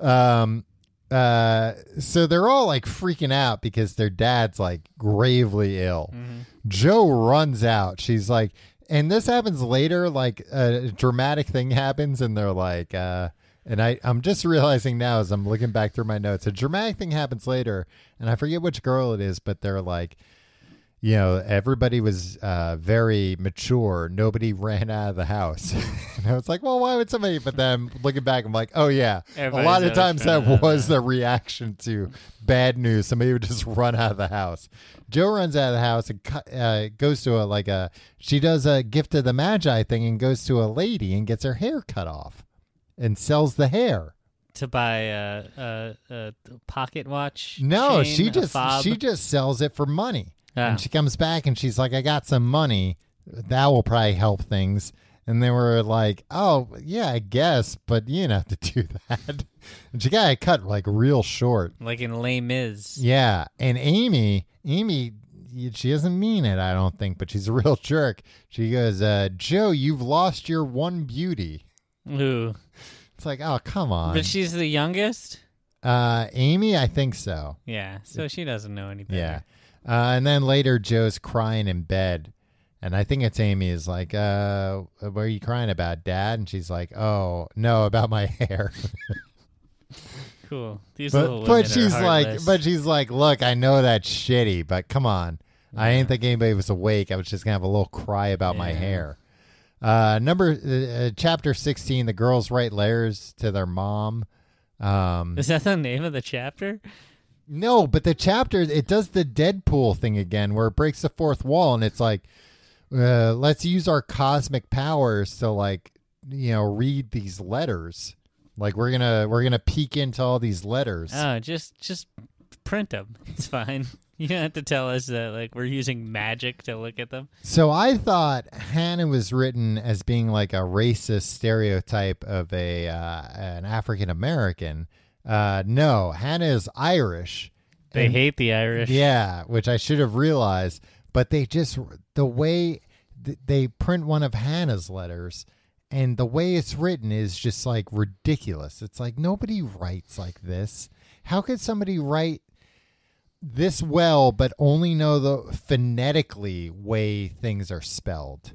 Speaker 2: um uh so they're all like freaking out because their dad's like gravely ill joe runs out she's like and this happens later like a dramatic thing happens and they're like uh and I, I'm just realizing now as I'm looking back through my notes, a dramatic thing happens later, and I forget which girl it is, but they're like, you know, everybody was uh, very mature. Nobody ran out of the house. and I was like, well, why would somebody? But then looking back, I'm like, oh, yeah.
Speaker 1: Everybody's
Speaker 2: a lot of
Speaker 1: always
Speaker 2: times that
Speaker 1: running out of the
Speaker 2: was the reaction to bad news. Somebody would just run out of the house. Joe runs out of the house and cu- uh, goes to a, like a, she does a gift of the Magi thing and goes to a lady and gets her hair cut off and sells the hair.
Speaker 1: to buy a, a, a pocket watch.
Speaker 2: No,
Speaker 1: chain,
Speaker 2: she
Speaker 1: a
Speaker 2: just
Speaker 1: fob.
Speaker 2: she just sells it for money.
Speaker 1: Ah.
Speaker 2: And she comes back and she's like, I got some money. That will probably help things. And they were like, Oh, yeah, I guess, but you don't have to do that. and she got it cut like real short.
Speaker 1: like in Les Mis.
Speaker 2: Yeah. And Amy, Amy, she doesn't mean it, I don't think, but she's a real jerk. She goes, uh, Joe, you've lost your one beauty.
Speaker 1: Ooh.
Speaker 2: It's like, oh, come on.
Speaker 1: But she's the youngest.
Speaker 2: uh, Amy, I think so.
Speaker 1: Yeah, so she doesn't know any better.
Speaker 2: Yeah. Uh, and then later, Joe's crying in bed. And I think it's Amy is like, uh, what are you crying about, Dad? And she's like, oh, no, about my hair.
Speaker 1: cool. These little
Speaker 2: but
Speaker 1: women
Speaker 2: but
Speaker 1: are
Speaker 2: she's like,
Speaker 1: heartless.
Speaker 2: but she's like, look, I know that's shitty, but come on. I didn't think anybody was awake. I was just going to have a little cry about my
Speaker 1: Yeah.
Speaker 2: hair. Uh, number uh, uh, chapter 16 the girls write letters to their mom um
Speaker 1: is that the name of the chapter?
Speaker 2: No, but the chapter it does the Deadpool thing again, where it breaks the fourth wall, and it's like, uh, let's use our cosmic powers to like, you know, read these letters. Like we're gonna we're gonna peek into all these letters.
Speaker 1: Oh, just just print them. It's fine. You don't have to tell us that like we're using magic to look at them.
Speaker 2: So I thought Hannah was written as being like a racist stereotype of a uh, an African American. Uh, no, Hannah is Irish.
Speaker 1: They
Speaker 2: and-
Speaker 1: hate the Irish.
Speaker 2: Yeah, which I should have realized, but they just the way th- they print one of Hannah's letters and the way it's written is just like ridiculous. It's like nobody writes like this. How could somebody write this well but only know the phonetically way things are spelled?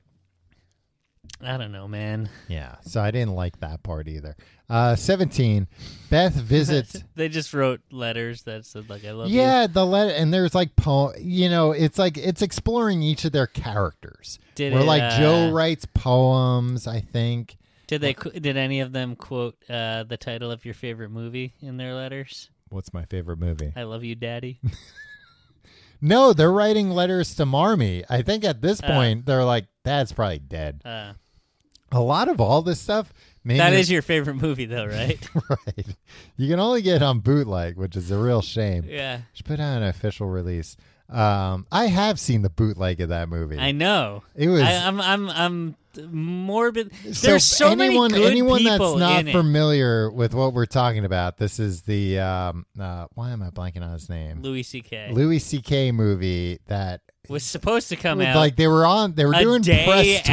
Speaker 1: I don't know, man.
Speaker 2: Yeah, so I didn't like that part either. Uh 17 Beth visits
Speaker 1: They just wrote letters that said like I love you.
Speaker 2: Yeah, the letter, and there's like poem. You know, it's like it's exploring each of their characters.
Speaker 1: Did
Speaker 2: Where
Speaker 1: it,
Speaker 2: like
Speaker 1: uh,
Speaker 2: Joe writes poems, I think.
Speaker 1: Did they qu- did any of them quote uh, the title of your favorite movie in their letters?
Speaker 2: What's my favorite movie?
Speaker 1: I love you, daddy.
Speaker 2: No, they're writing letters to Marmy. I think at this
Speaker 1: Uh.
Speaker 2: point they're like, that's probably dead.
Speaker 1: Uh,
Speaker 2: A lot of all this stuff. Maybe
Speaker 1: that is your favorite movie though, right?
Speaker 2: right. You can only get it on bootleg, which is a real shame.
Speaker 1: yeah.
Speaker 2: Should put out an official release. Um, I have seen the bootleg of that movie.
Speaker 1: I know.
Speaker 2: it was
Speaker 1: I, I'm I'm I'm morbid.
Speaker 2: so
Speaker 1: There's so
Speaker 2: anyone
Speaker 1: many good
Speaker 2: anyone
Speaker 1: people
Speaker 2: that's not
Speaker 1: in it.
Speaker 2: familiar with what we're talking about. This is the um, uh, why am I blanking on his name?
Speaker 1: Louis C.K.
Speaker 2: Louis C.K. movie that
Speaker 1: was supposed to come out
Speaker 2: like they were on they were
Speaker 1: a
Speaker 2: doing
Speaker 1: day
Speaker 2: press tours.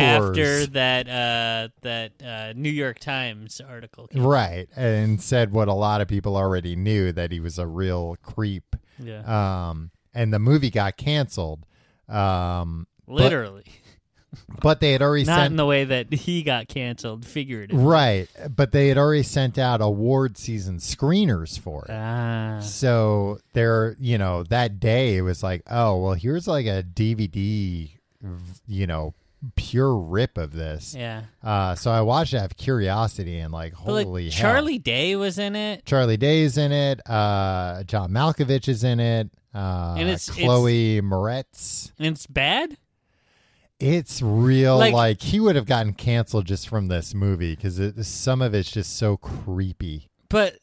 Speaker 1: after that uh, that uh, New York Times article. Came.
Speaker 2: Right, and said what a lot of people already knew that he was a real creep.
Speaker 1: Yeah,
Speaker 2: Um, and the movie got canceled. Um,
Speaker 1: literally.
Speaker 2: but they had already
Speaker 1: Not
Speaker 2: sent
Speaker 1: in the way that he got canceled figuratively.
Speaker 2: right, but they had already sent out award season screeners for it.
Speaker 1: Ah.
Speaker 2: So there, you know, that day it was like, oh well, here's like a DVD, you know, pure rip of this.
Speaker 1: Yeah.
Speaker 2: Uh, so I watched it out of curiosity and like,
Speaker 1: But like,
Speaker 2: holy hell.
Speaker 1: Charlie Day was in it.
Speaker 2: Charlie Day is in it. Uh, John Malkovich is in it. Uh,
Speaker 1: And it's-
Speaker 2: Chloe Moretz.
Speaker 1: And it's bad?
Speaker 2: It's real.
Speaker 1: Like-
Speaker 2: Like, he would have gotten canceled just from this movie because some of it's just so creepy
Speaker 1: But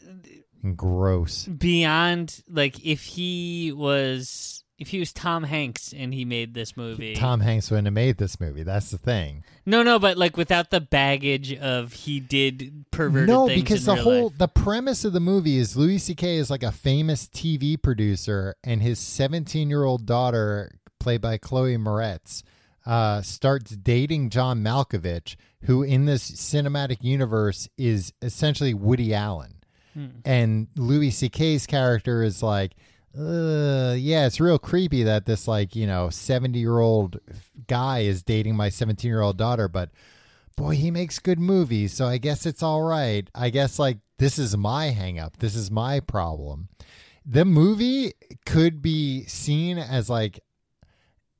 Speaker 2: and gross.
Speaker 1: beyond like if he was if he was Tom Hanks and he made this movie.
Speaker 2: Tom Hanks wouldn't have made this movie. That's the thing.
Speaker 1: No, no, but like without the baggage of he did perverted
Speaker 2: No,
Speaker 1: things
Speaker 2: because
Speaker 1: in
Speaker 2: the
Speaker 1: real
Speaker 2: whole
Speaker 1: life.
Speaker 2: the premise of the movie is Louis C.K. is like a famous TV producer, and his 17 year old daughter, played by Chloe Moretz, uh, starts dating John Malkovich, who in this cinematic universe is essentially Woody Allen,
Speaker 1: Hmm.
Speaker 2: and Louis C.K.'s character is like. Uh, yeah, it's real creepy that this like you know seventy year old guy is dating my seventeen year old daughter, but boy, he makes good movies, so I guess it's all right. I guess like this is my hangup. This is my problem. The movie could be seen as like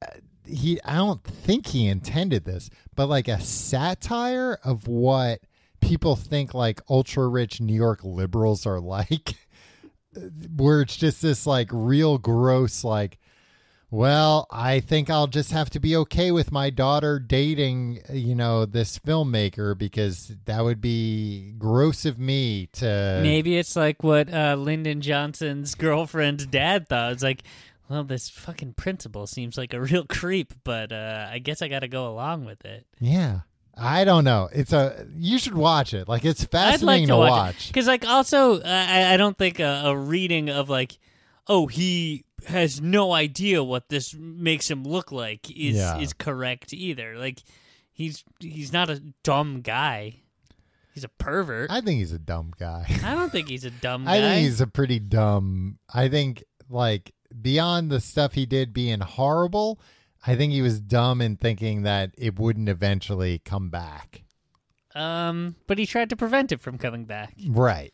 Speaker 2: uh, he I don't think he intended this, but like a satire of what people think like ultra rich New York liberals are like where it's just this like real gross like well, I think I'll just have to be okay with my daughter dating, you know, this filmmaker because that would be gross of me to.
Speaker 1: Maybe it's like what uh, Lyndon Johnson's girlfriend's dad thought. It's like, well, this fucking principal seems like a real creep, but uh, I guess I got to go along with it.
Speaker 2: Yeah. I don't know. It's a. You should watch it. Like, it's
Speaker 1: I'd like
Speaker 2: fascinating
Speaker 1: to
Speaker 2: watch.
Speaker 1: watch because, like, also I, I don't think a, a reading of like, oh, he has no idea what this makes him look like is
Speaker 2: Yeah.
Speaker 1: is correct either. Like, he's he's not a dumb guy. He's a pervert. I,
Speaker 2: I think he's a dumb guy.
Speaker 1: don't think he's a dumb guy.
Speaker 2: I think he's a pretty dumb. I think like beyond the stuff he did being horrible, I think he was dumb in thinking that it wouldn't eventually come back.
Speaker 1: um, but he tried to prevent it from coming back.
Speaker 2: Right.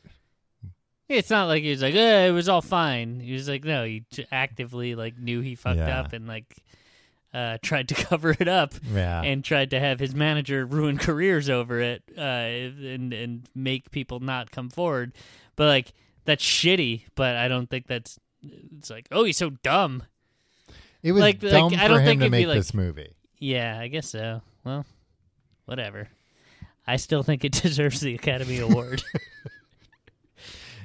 Speaker 1: It's not like he was like, eh, it was all fine. He was like, no, he j- actively like knew he fucked
Speaker 2: Yeah.
Speaker 1: up and like uh, tried to cover it up
Speaker 2: Yeah.
Speaker 1: and tried to have his manager ruin careers over it uh, and and make people not come forward. But like that's shitty. But I don't think that's it's like, oh, he's so dumb.
Speaker 2: it was
Speaker 1: like- like,
Speaker 2: dumb
Speaker 1: I
Speaker 2: for
Speaker 1: don't
Speaker 2: him
Speaker 1: think
Speaker 2: to
Speaker 1: it'd be
Speaker 2: make
Speaker 1: like-
Speaker 2: this movie.
Speaker 1: Yeah, I guess so. Well, whatever. I still think it deserves the Academy Award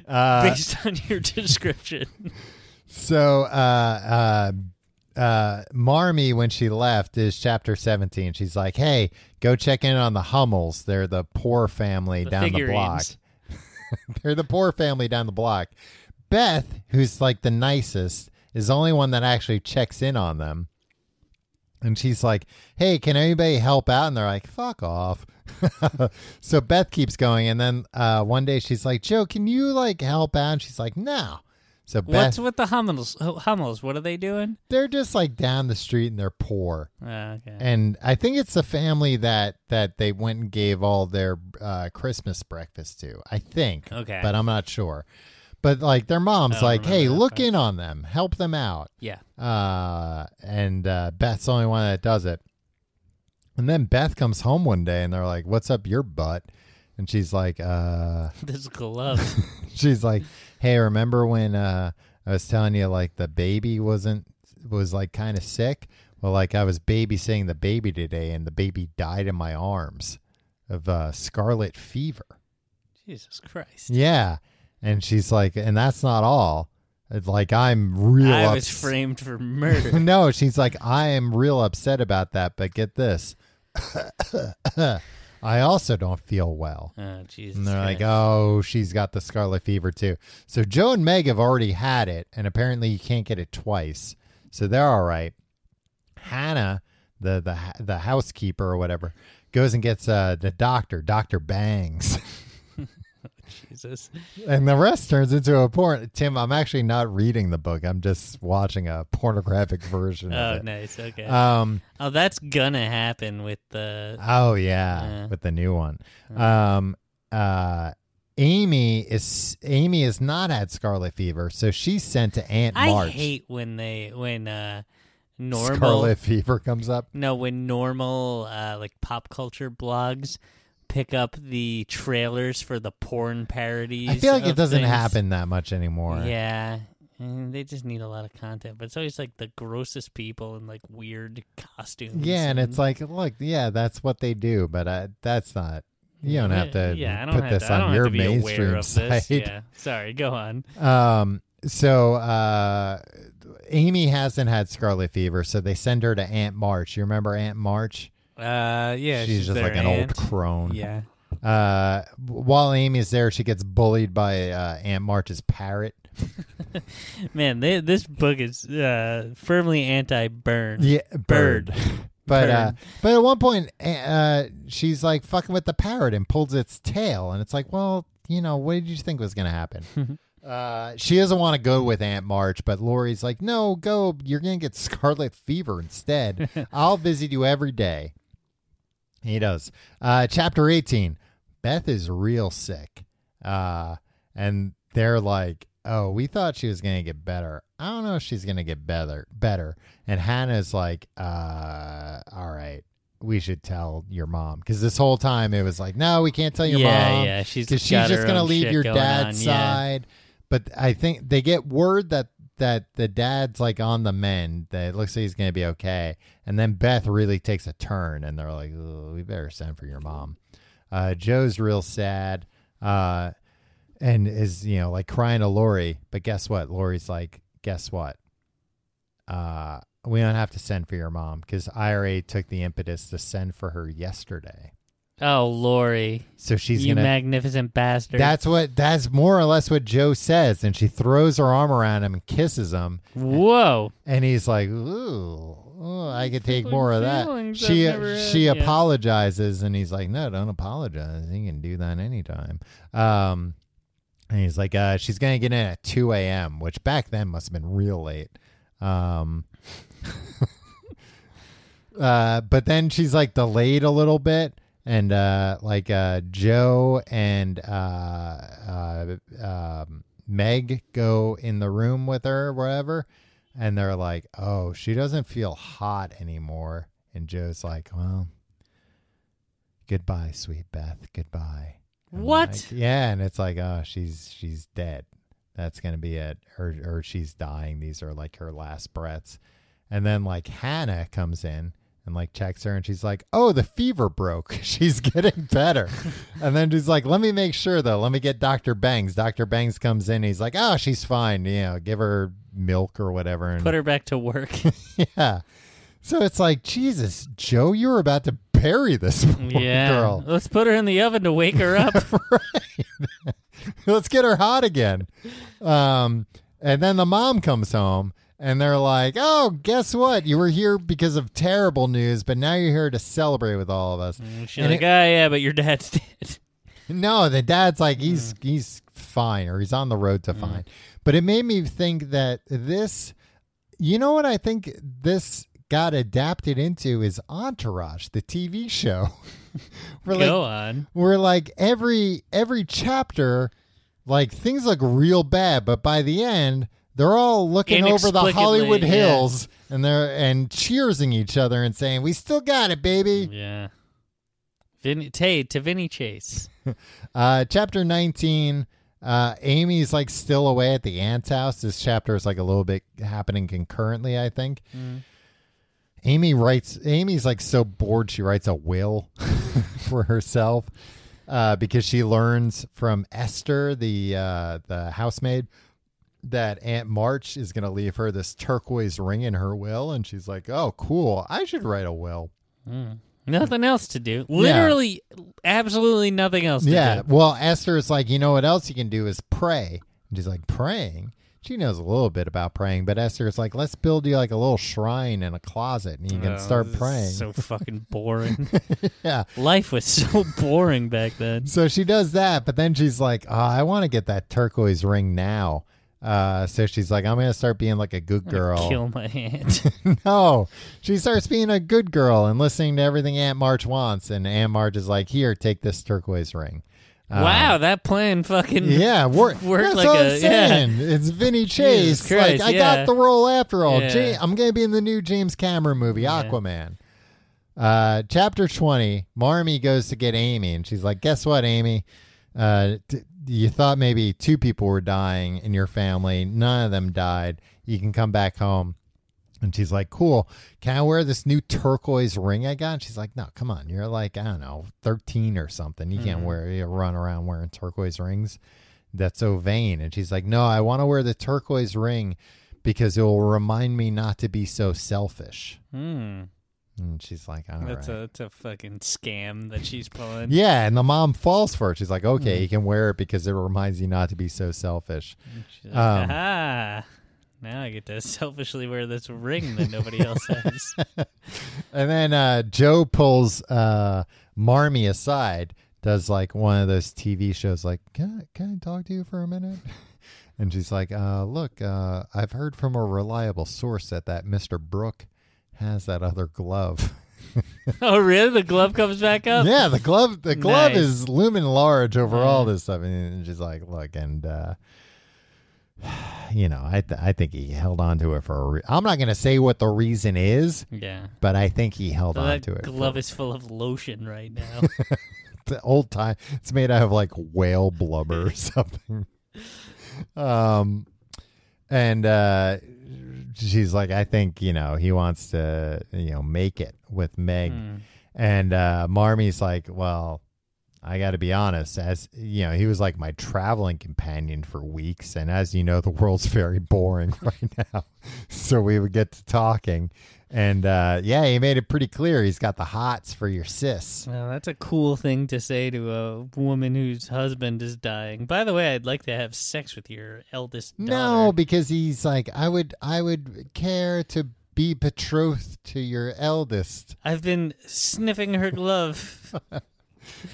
Speaker 2: Uh,
Speaker 1: based on your description.
Speaker 2: so uh, uh, uh, Marmy, when she left, is chapter seventeen. She's like, "Hey, go check in on the Hummels. They're the poor family
Speaker 1: The
Speaker 2: down the block.
Speaker 1: figurines.
Speaker 2: They're the poor family down the block." Beth, who's like the nicest, is the only one that actually checks in on them. And she's like, "Hey, can anybody help out?" And they're like, "Fuck off." so Beth keeps going, and then uh, one day she's like, "Joe, can you like help out?" And she's like, "No." So Beth,
Speaker 1: What's with the Hummels? Hummels, what are they doing?
Speaker 2: they're just like down the street and they're poor.
Speaker 1: Uh, okay.
Speaker 2: And I think it's the family that that they went and gave all their uh, Christmas breakfast to. I think.
Speaker 1: Okay.
Speaker 2: But I'm not sure. But like their mom's
Speaker 1: don't
Speaker 2: like,
Speaker 1: remember
Speaker 2: "Hey,
Speaker 1: that
Speaker 2: look
Speaker 1: part."
Speaker 2: in on them, help them out."
Speaker 1: Yeah.
Speaker 2: Uh, and uh, Beth's the only one that does it. And then Beth comes home one day and they're like, "What's up your butt?" And she's like, "Uh."
Speaker 1: This glove.
Speaker 2: she's like, "Hey, remember when uh, I was telling you like the baby wasn't was like kind of sick? Well, like I was babysitting the baby today, and the baby died in my arms of uh, scarlet fever."
Speaker 1: Jesus Christ.
Speaker 2: Yeah, and she's like, "And that's not all." It's like I'm real.
Speaker 1: I was
Speaker 2: ups-
Speaker 1: framed for murder.
Speaker 2: no, she's like I am real upset about that. But get this, I also don't feel well.
Speaker 1: oh Jesus!
Speaker 2: And they're like,
Speaker 1: Christ.
Speaker 2: oh, she's got the scarlet fever too. So Joe and Meg have already had it, and apparently you can't get it twice. So they're all right. Hannah, the the the housekeeper or whatever, goes and gets uh, the doctor, Doctor Bangs, "Oh,
Speaker 1: Jesus.
Speaker 2: and the rest turns into a porn. Tim, I'm actually not reading the book. I'm just watching a pornographic version
Speaker 1: Oh,
Speaker 2: of it.
Speaker 1: nice. Okay.
Speaker 2: Um.
Speaker 1: oh, that's gonna happen with the.
Speaker 2: Oh yeah,
Speaker 1: Yeah.
Speaker 2: with the new one. Um uh Amy is Amy is not at scarlet fever, so she's sent to Aunt
Speaker 1: I
Speaker 2: March.
Speaker 1: hate when they when uh normal
Speaker 2: scarlet fever comes up.
Speaker 1: no when normal uh like pop culture blogs pick up the trailers for the porn parodies.
Speaker 2: I feel like
Speaker 1: of
Speaker 2: it doesn't
Speaker 1: things.
Speaker 2: happen that much anymore.
Speaker 1: Yeah. And they just need a lot of content, but it's always like the grossest people in like weird costumes.
Speaker 2: Yeah, and it's like, look, yeah, that's what they do, but uh, that's not. You don't have to
Speaker 1: yeah, I don't
Speaker 2: put
Speaker 1: have
Speaker 2: this
Speaker 1: to, I don't
Speaker 2: on
Speaker 1: have
Speaker 2: your
Speaker 1: to be aware
Speaker 2: mainstream
Speaker 1: of
Speaker 2: site.
Speaker 1: this. Yeah, sorry, go on.
Speaker 2: Um, so uh, Amy hasn't had scarlet fever, so they send her to Aunt March. You remember Aunt March?
Speaker 1: Uh, yeah,
Speaker 2: she's, just like an old crone.
Speaker 1: Yeah,
Speaker 2: Uh, while Amy's there, she gets bullied by uh, Aunt March's parrot.
Speaker 1: man, they, this book is uh, firmly anti-burn.
Speaker 2: Yeah,
Speaker 1: Bird.
Speaker 2: But
Speaker 1: Bird.
Speaker 2: uh, but at one point, a- uh, she's like fucking with the parrot and pulls its tail, and it's like, well, you know, what did you think was gonna
Speaker 1: Mm-hmm.
Speaker 2: happen? uh, she doesn't want to go with Aunt March, but Lori's like, no, go. You're gonna get scarlet fever instead. I'll visit you every day. He does. Uh, chapter 18. Beth is real sick. Uh, and they're like, oh, we thought she was going to get better. I don't know if she's going to get better. Better. And Hannah's like, uh, all right, we should tell your mom. Because this whole time it was like, no, we can't tell your
Speaker 1: yeah,
Speaker 2: mom.
Speaker 1: yeah. She's
Speaker 2: Because she's
Speaker 1: got
Speaker 2: just
Speaker 1: her
Speaker 2: gonna
Speaker 1: own
Speaker 2: leave
Speaker 1: shit
Speaker 2: your
Speaker 1: going
Speaker 2: dad's
Speaker 1: on,
Speaker 2: side. But I think they get word that that the dad's like on the mend. That it looks like he's gonna be okay. And then Beth really takes a turn, and they're like, "Ugh, "We better send for your mom." Uh, Joe's real sad, uh, and is you know like crying to Lori. But guess what? Lori's like, "Guess what? Uh, we don't have to send for your mom because IRA took the impetus to send for her yesterday."
Speaker 1: Yeah. Oh, Lori,
Speaker 2: So she's
Speaker 1: you
Speaker 2: gonna
Speaker 1: magnificent bastard.
Speaker 2: that's what. That's more or less what Joe says, and she throws her arm around him and kisses him,
Speaker 1: whoa.
Speaker 2: and he's like, "Ooh, ooh, I could take
Speaker 1: Fucking
Speaker 2: more of that."
Speaker 1: feelings
Speaker 2: She
Speaker 1: I've never had
Speaker 2: she
Speaker 1: yet.
Speaker 2: apologizes, and he's like, "No, don't apologize. You can do that anytime." Um, and he's like, uh, "She's gonna get in at two a.m., which back then must have been real late." Um. Uh, but then she's like delayed a little bit and uh like uh joe and uh uh um, meg go in the room with her or whatever and they're like oh she doesn't feel hot anymore and joe's like well goodbye sweet beth goodbye And I'm
Speaker 1: What?
Speaker 2: like, yeah and it's like oh she's she's dead that's gonna be it or, or she's dying these are like her last breaths and then like Hannah comes in and like checks her and she's like, "Oh, the fever broke. she's getting better." and then she's like, "Let me make sure though. Let me get Dr. Bangs." Dr. Bangs comes in. He's like, "Oh, she's fine. You know, give her milk or whatever." And
Speaker 1: Put her back to work.
Speaker 2: yeah. So it's like, "Jesus, Joe, you were about to bury this poor
Speaker 1: yeah.
Speaker 2: girl."
Speaker 1: Let's put her in the oven to wake her up.
Speaker 2: let's get her hot again. Um, and then the mom comes home and they're like, oh, guess what? You were here because of terrible news, but now you're here to celebrate with all of us.
Speaker 1: She's
Speaker 2: And
Speaker 1: like, ah, yeah, but your dad's dead.
Speaker 2: No, the dad's like he's he's fine or he's on the road to fine. But it made me think that this you know what I think this got adapted into is Entourage, the TV show. We're like,
Speaker 1: go on.
Speaker 2: where like every every chapter like things look real bad but by the end they're all looking over the
Speaker 1: Inexplicably,
Speaker 2: hollywood
Speaker 1: yeah.
Speaker 2: hills and they're and cheersing each other and saying we still got it baby
Speaker 1: Yeah. Vin- Tay to Vinny Chase.
Speaker 2: uh chapter 19 uh amy's like still away at the aunt's house this chapter is like a little bit happening concurrently i think amy writes amy's like so bored she writes a will for herself uh because she learns from esther the uh the housemaid that Aunt March is going to leave her this turquoise ring in her will, and she's like, "Oh, cool! I should write a will."
Speaker 1: Nothing else to do. Literally, absolutely nothing else to do.
Speaker 2: Yeah. Well, Esther is like, you know what else you can do is pray. And she's like, praying? She knows a little bit about praying, but Esther is like, let's build you like a little shrine in a closet and you can
Speaker 1: Oh,
Speaker 2: start
Speaker 1: this is
Speaker 2: praying.
Speaker 1: So fucking boring.
Speaker 2: yeah.
Speaker 1: Life was so boring back then.
Speaker 2: So she does that, but then she's like, oh, I want to get that turquoise ring now. Uh, so she's like, I'm going to start being like a good girl. Uh,
Speaker 1: Kill my aunt.
Speaker 2: no, she starts being a good girl and listening to everything Aunt March wants. And Aunt March is like, here, take this turquoise ring. Um,
Speaker 1: wow, that plan fucking
Speaker 2: Yeah, work.
Speaker 1: Work
Speaker 2: that's
Speaker 1: like
Speaker 2: what
Speaker 1: a-
Speaker 2: I'm saying. It's Vinny Chase.
Speaker 1: Jesus Christ,
Speaker 2: like I
Speaker 1: yeah.
Speaker 2: got the role after all.
Speaker 1: Yeah.
Speaker 2: Ja- I'm gonna be in the new James Cameron movie, Aquaman. Uh, chapter twenty. Marmy goes to get Amy, and she's like, "Guess what, Amy? Uh, t- you thought maybe two people were dying in your family. None of them died. You can come back home." And she's like, "Cool. Can I wear this new turquoise ring I got?" And she's like, "No, come on. You're like I don't know, thirteen or something. You can't wear you run around wearing turquoise rings. That's so vain." And she's like, "No, I want to wear the turquoise ring because it will remind me not to be so selfish."
Speaker 1: Hmm.
Speaker 2: And she's like, "All right."
Speaker 1: That's a that's a fucking scam that she's pulling.
Speaker 2: yeah, and the mom falls for it. She's like, "Okay, you can wear it because it reminds you not to be so selfish."
Speaker 1: She's like,
Speaker 2: Um,
Speaker 1: Aha. Now I get to selfishly wear this ring that nobody else has.
Speaker 2: And then uh, Joe pulls uh, Marmy aside, does like one of those TV shows, like, can I, can I talk to you for a minute? And she's like, uh, look, uh, I've heard from a reliable source that that Mr. Brooke has that other glove.
Speaker 1: oh, really? The glove comes back up?
Speaker 2: yeah, the glove, the glove
Speaker 1: Nice. Mm.
Speaker 2: is looming large over all this stuff. And she's like, look, and, uh, you know, I, th- I think he held on to it for a re- I'm not going to say what the reason is,
Speaker 1: Yeah.
Speaker 2: but I think he held
Speaker 1: So
Speaker 2: on
Speaker 1: that
Speaker 2: to it. for-
Speaker 1: glove is full of lotion right now.
Speaker 2: the old time. It's made out of like whale blubber or something. Um, and uh, she's like, I think you know he wants to you know make it with Meg,
Speaker 1: Hmm.
Speaker 2: and uh, Marmy's like, well. I got to be honest, as you know, he was like my traveling companion for weeks. And as you know, the world's very boring right now. so we would get to talking. And uh, yeah, he made it pretty clear he's got the hots for your sis.
Speaker 1: Well, that's a cool thing to say to a woman whose husband is dying. By the way, I'd like to have sex with your eldest daughter.
Speaker 2: No, because he's like, I would, I would care to be betrothed to your eldest.
Speaker 1: I've been sniffing her glove.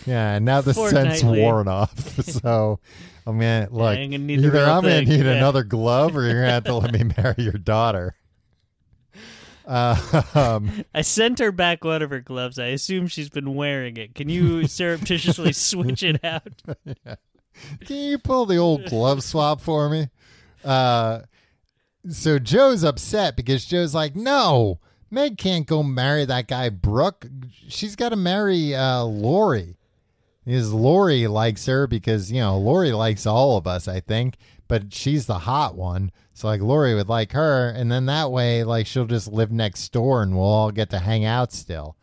Speaker 2: Yeah, and now the scent's
Speaker 1: Fortnightly.
Speaker 2: worn off, so I'm gonna like
Speaker 1: I'm gonna need the
Speaker 2: either
Speaker 1: real
Speaker 2: I'm
Speaker 1: thing,
Speaker 2: gonna need
Speaker 1: yeah.
Speaker 2: another glove, or you're gonna have to let me marry your daughter. Uh, um,
Speaker 1: I sent her back one of her gloves. I assume she's been wearing it. Can you surreptitiously switch it out?
Speaker 2: can you pull the old glove swap for me? Uh, so Joe's upset because Joe's like, no, Meg can't go marry that guy Brooke. She's got to marry uh, Lori. Is Lori likes her because you know Lori likes all of us, I think, but she's the hot one. So like Lori would like her, and then that way like she'll just live next door and we'll all get to hang out still.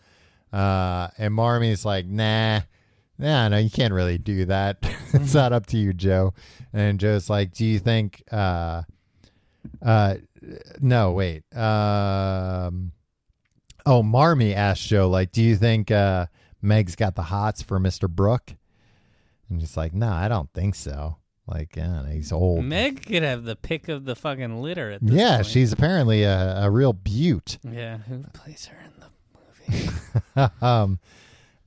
Speaker 2: Uh, and Marmy's like, nah, nah, no, you can't really do that. it's not up to you, Joe. And Joe's like, do you think? Uh, uh, no, wait. Um, oh, Marmy asked Joe, like, do you think uh, Meg's got the hots for Mr. Brooke? And he's like, no, I don't think so. Like, I don't know, he's old.
Speaker 1: Meg could have the pick of the fucking litter at this
Speaker 2: yeah,
Speaker 1: point.
Speaker 2: she's apparently a, a real beaut.
Speaker 1: Yeah, who plays her in the movie?
Speaker 2: um,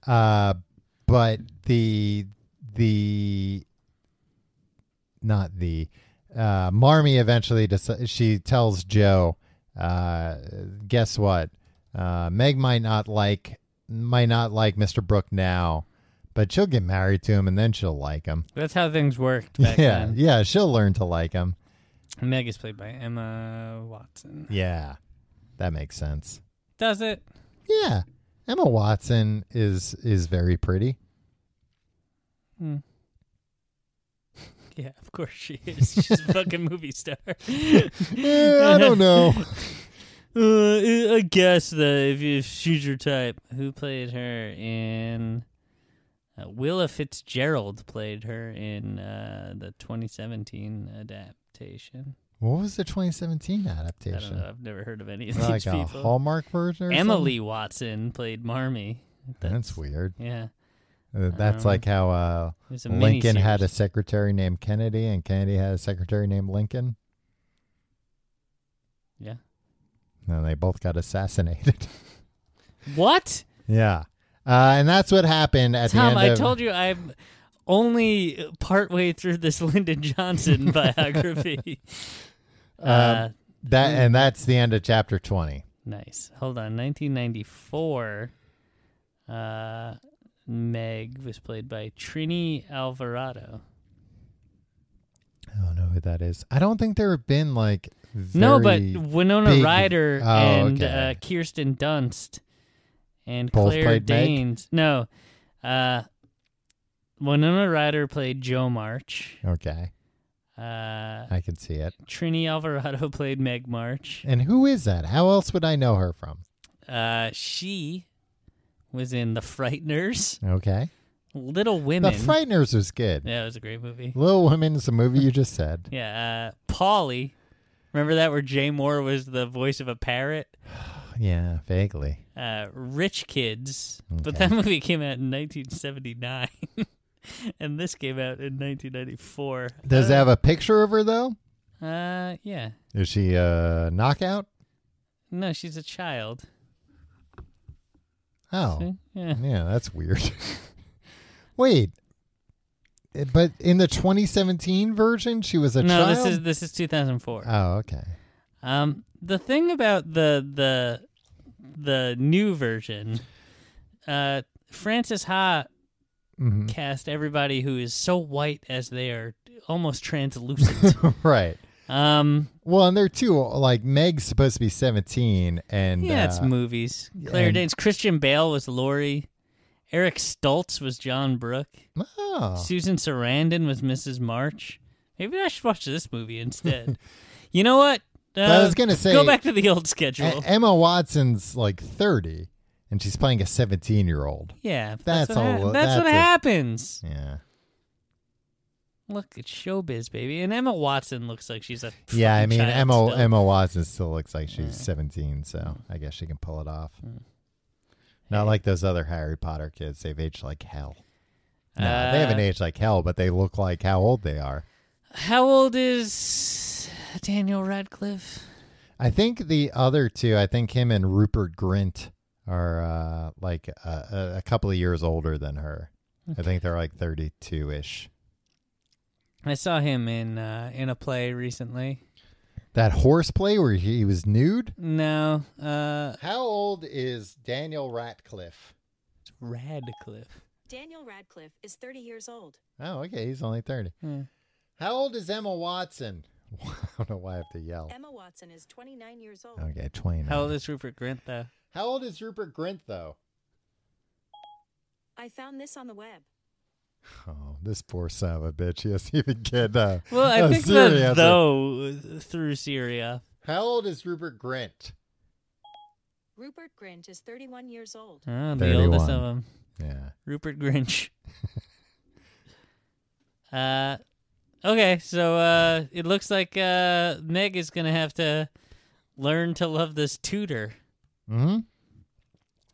Speaker 2: uh, but the the not the uh, Marmy eventually deci- she tells Joe, uh, guess what? Uh, Meg might not like might not like Mr. Brooke now, but she'll get married to him and then she'll like him.
Speaker 1: That's how things worked back
Speaker 2: yeah,
Speaker 1: then.
Speaker 2: yeah, she'll learn to like him.
Speaker 1: Meg is played by Emma Watson.
Speaker 2: Yeah, that makes sense.
Speaker 1: Does it?
Speaker 2: Yeah, Emma Watson is is very pretty.
Speaker 1: Hmm. Yeah, of course she is. She's a fucking movie star.
Speaker 2: Eh, I don't know.
Speaker 1: Uh, I guess the if, if she's your type, who played her in Uh, Willa Fitzgerald played her in uh, the 2017 adaptation.
Speaker 2: What was the 2017
Speaker 1: I don't
Speaker 2: adaptation?
Speaker 1: know. I've never heard of any of
Speaker 2: Like
Speaker 1: these
Speaker 2: a
Speaker 1: people.
Speaker 2: Hallmark version? Or
Speaker 1: Emily Watson played Marmee.
Speaker 2: something? That's weird.
Speaker 1: Yeah.
Speaker 2: Uh, That's
Speaker 1: Um,
Speaker 2: like how uh,
Speaker 1: It was a
Speaker 2: Lincoln
Speaker 1: miniseries.
Speaker 2: had a secretary named Kennedy and Kennedy had a secretary named Lincoln.
Speaker 1: Yeah.
Speaker 2: And they both got assassinated.
Speaker 1: What?
Speaker 2: yeah. Uh, and that's what happened at
Speaker 1: Tom,
Speaker 2: the end
Speaker 1: I
Speaker 2: of-
Speaker 1: told you I'm only partway through this Lyndon Johnson biography.
Speaker 2: Um,
Speaker 1: uh,
Speaker 2: that and that's the end of chapter 20.
Speaker 1: nice. Hold on. 1994, uh, Meg was played by Trini Alvarado.
Speaker 2: I don't know who that is. I don't think there have been like
Speaker 1: no, but
Speaker 2: very-
Speaker 1: Winona
Speaker 2: big-
Speaker 1: Ryder
Speaker 2: Oh,
Speaker 1: and
Speaker 2: okay.
Speaker 1: uh, Kirsten Dunst and
Speaker 2: Both
Speaker 1: Claire
Speaker 2: played Meg?
Speaker 1: Danes. No, uh, Winona Ryder played Joe March.
Speaker 2: Okay.
Speaker 1: Uh,
Speaker 2: I can see it.
Speaker 1: Trini Alvarado played Meg March.
Speaker 2: And who is that? How else would I know her from?
Speaker 1: Uh, she was in The Frighteners,
Speaker 2: Okay.
Speaker 1: Little Women.
Speaker 2: The Frighteners was good.
Speaker 1: yeah, it was a great movie.
Speaker 2: Little Women is the movie you just said.
Speaker 1: Yeah, uh, Polly. Remember that where Jay Moore was the voice of a parrot?
Speaker 2: Yeah, vaguely.
Speaker 1: uh, Rich Kids, but
Speaker 2: Okay.
Speaker 1: that movie came out in 1979, and this came out in 1994.
Speaker 2: Does it
Speaker 1: Uh,
Speaker 2: have a picture of her though?
Speaker 1: Uh, yeah.
Speaker 2: Is she a knockout?
Speaker 1: No, she's a child.
Speaker 2: Oh,
Speaker 1: Yeah.
Speaker 2: yeah, that's weird. Wait, Eh, but in the 2017 version, she was a
Speaker 1: no,
Speaker 2: child.
Speaker 1: this is this is 2004.
Speaker 2: Oh, okay.
Speaker 1: Um, the thing about the the the new version, uh, Francis Ha
Speaker 2: Mhm.
Speaker 1: cast everybody who is so white as they are almost translucent.
Speaker 2: right.
Speaker 1: um,
Speaker 2: Well, and they're too like Meg's supposed to be 17, and
Speaker 1: Yeah, it's
Speaker 2: uh,
Speaker 1: movies. Claire
Speaker 2: and-
Speaker 1: Danes. Christian Bale was Laurie. Eric Stoltz was John Brooke.
Speaker 2: oh,
Speaker 1: Susan Sarandon was Mrs. March. Maybe I should watch this movie instead. you know what? Uh,
Speaker 2: I was gonna say-
Speaker 1: go back to the old
Speaker 2: E-
Speaker 1: schedule.
Speaker 2: Emma Watson's like 30, and she's playing a 17 year old.
Speaker 1: yeah,
Speaker 2: that's
Speaker 1: that's, what, hap-
Speaker 2: all-
Speaker 1: that's
Speaker 2: that's
Speaker 1: what
Speaker 2: a-
Speaker 1: happens.
Speaker 2: Yeah,
Speaker 1: Look at showbiz, baby. And Emma Watson looks like she's a
Speaker 2: yeah. I
Speaker 1: fucking
Speaker 2: mean,
Speaker 1: child
Speaker 2: Emma
Speaker 1: still.
Speaker 2: Emma Watson still looks like she's 17, so I guess she can pull it off.
Speaker 1: Hmm.
Speaker 2: Not like those other Harry Potter kids; they've aged like hell. No, they haven't
Speaker 1: Uh,
Speaker 2: aged like hell, but they look like how old they are.
Speaker 1: How old is Daniel Radcliffe?
Speaker 2: I think the other two, I think him and Rupert Grint are uh, like a, a, a couple of years older than her. I think they're like 32 ish.
Speaker 1: I saw him in uh, in a play recently.
Speaker 2: That horseplay where he was nude.
Speaker 1: No, uh,
Speaker 2: How old is Daniel Ratcliffe?
Speaker 1: Radcliffe.
Speaker 3: Daniel Radcliffe is 30 years old.
Speaker 2: Oh, okay. He's only 30.
Speaker 1: Yeah.
Speaker 2: How old is Emma Watson? I don't know why I have to yell.
Speaker 3: Emma Watson is 29 years old.
Speaker 2: Oh. Okay, 29.
Speaker 1: How old is Rupert Grint though?
Speaker 2: How old is Rupert Grint, though?
Speaker 3: I found this on the web.
Speaker 2: Oh, this poor son of a bitch. He doesn't even get uh,
Speaker 1: Well, I
Speaker 2: a
Speaker 1: think
Speaker 2: serious
Speaker 1: the
Speaker 2: answer.
Speaker 1: though uh, through Syria.
Speaker 2: How old is Rupert Grint?
Speaker 3: Rupert Grint is 31 years old.
Speaker 1: Oh, the oldest
Speaker 2: 31.
Speaker 1: of them,
Speaker 2: Yeah.
Speaker 1: Rupert Grinch. uh, okay, so uh, it looks like uh, Meg is gonna have to learn to love this tutor.
Speaker 2: hmm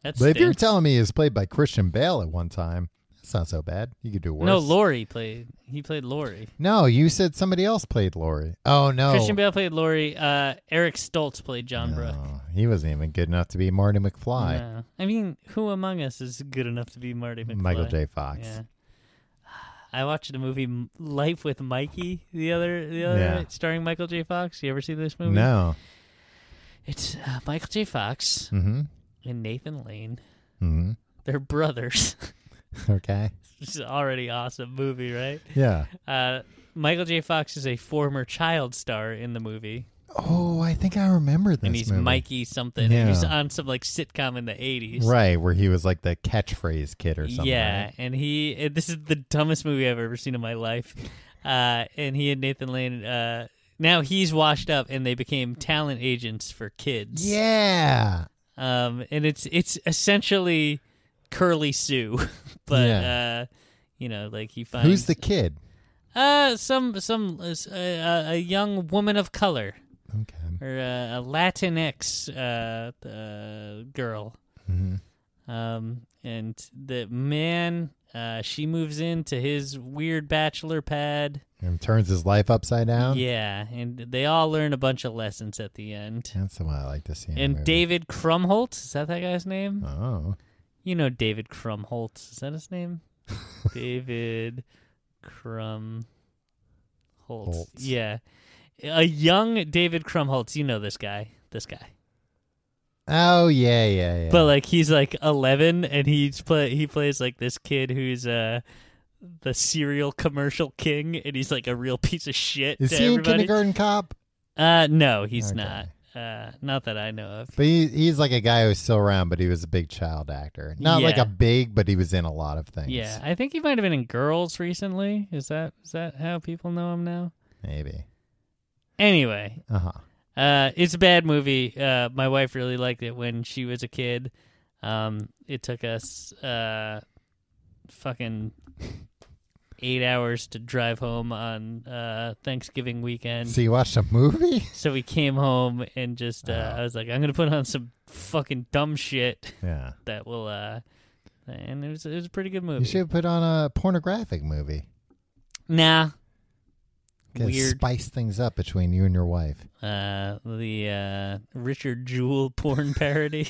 Speaker 1: That's
Speaker 2: But if you're telling me he was played by Christian Bale at one time, that's not so bad. You could do worse.
Speaker 1: no Laurie played. He played Laurie.
Speaker 2: No, you said somebody else played Laurie. Oh no,
Speaker 1: Christian Bale played Laurie. Uh, Eric Stoltz played John Brooke.
Speaker 2: No, he wasn't even good enough to be Marty McFly.
Speaker 1: No. I mean, who among us is good enough to be Marty McFly?
Speaker 2: Michael J. Fox.
Speaker 1: Yeah. I watched the movie M- Life with Mikey the other the other
Speaker 2: Yeah.
Speaker 1: night, starring Michael J. Fox. You ever see this movie?
Speaker 2: No.
Speaker 1: It's uh, Michael J. Fox
Speaker 2: Mm-hmm.
Speaker 1: and Nathan Lane.
Speaker 2: Mm-hmm.
Speaker 1: They're brothers.
Speaker 2: Okay.
Speaker 1: this is already awesome movie, right?
Speaker 2: Yeah.
Speaker 1: Uh, Michael J. Fox is a former child star in the movie,
Speaker 2: Oh, I think I remember this.
Speaker 1: and he's
Speaker 2: movie.
Speaker 1: Mikey something. and He's
Speaker 2: Yeah.
Speaker 1: on some like sitcom in the eighties,
Speaker 2: Right, where he was like the catchphrase kid or something.
Speaker 1: Yeah,
Speaker 2: right?
Speaker 1: and he and this is the dumbest movie I've ever seen in my life. Uh, and he and Nathan Lane. Uh, now he's washed up, and they became talent agents for kids.
Speaker 2: Yeah.
Speaker 1: Um, and it's it's essentially Curly Sue, but
Speaker 2: Yeah.
Speaker 1: uh, you know, like he finds
Speaker 2: Who's the kid?
Speaker 1: uh some some uh, a young woman of color
Speaker 2: Okay.
Speaker 1: or uh, a Latinx uh, uh girl.
Speaker 2: Mhm.
Speaker 1: Um, and the man, uh, she moves into his weird bachelor pad.
Speaker 2: And turns his life upside down.
Speaker 1: yeah, and they all learn a bunch of lessons at the end.
Speaker 2: That's the one I like to see. in a
Speaker 1: And
Speaker 2: movie.
Speaker 1: David Krumholt, is that that guy's name?
Speaker 2: Oh,
Speaker 1: You know David Krumholt. Is that his name? David Krumholt.
Speaker 2: Holtz.
Speaker 1: Yeah. A young David Krumholtz. You know this guy. This guy.
Speaker 2: oh yeah, yeah, yeah.
Speaker 1: But like he's like 11 and he's play he plays like this kid who's uh the serial commercial king and he's like a real piece of shit
Speaker 2: Is
Speaker 1: to
Speaker 2: he a
Speaker 1: everybody.
Speaker 2: kindergarten cop?
Speaker 1: Uh no, he's
Speaker 2: Okay.
Speaker 1: not. Uh not that I know of.
Speaker 2: But he, he's like a guy who's still around, but he was a big child actor. Not like
Speaker 1: Yeah.
Speaker 2: a big, but he was in a lot of things.
Speaker 1: Yeah, I think he might have been in Girls recently. Is that is that how people know him now?
Speaker 2: maybe.
Speaker 1: Anyway,
Speaker 2: Uh huh.
Speaker 1: Uh, it's a bad movie. Uh, my wife really liked it when she was a kid. Um, it took us uh, fucking eight hours to drive home on uh, Thanksgiving weekend.
Speaker 2: So you watched a movie?
Speaker 1: so we came home and just uh, I was like, I'm gonna put on some fucking dumb shit
Speaker 2: Yeah.
Speaker 1: that will. Uh, and it was it was a pretty good movie.
Speaker 2: You should put on a pornographic movie.
Speaker 1: Nah,
Speaker 2: 'Cause
Speaker 1: weird.
Speaker 2: Spice things up between you and your wife.
Speaker 1: Uh, the uh, Richard Jewell porn parody.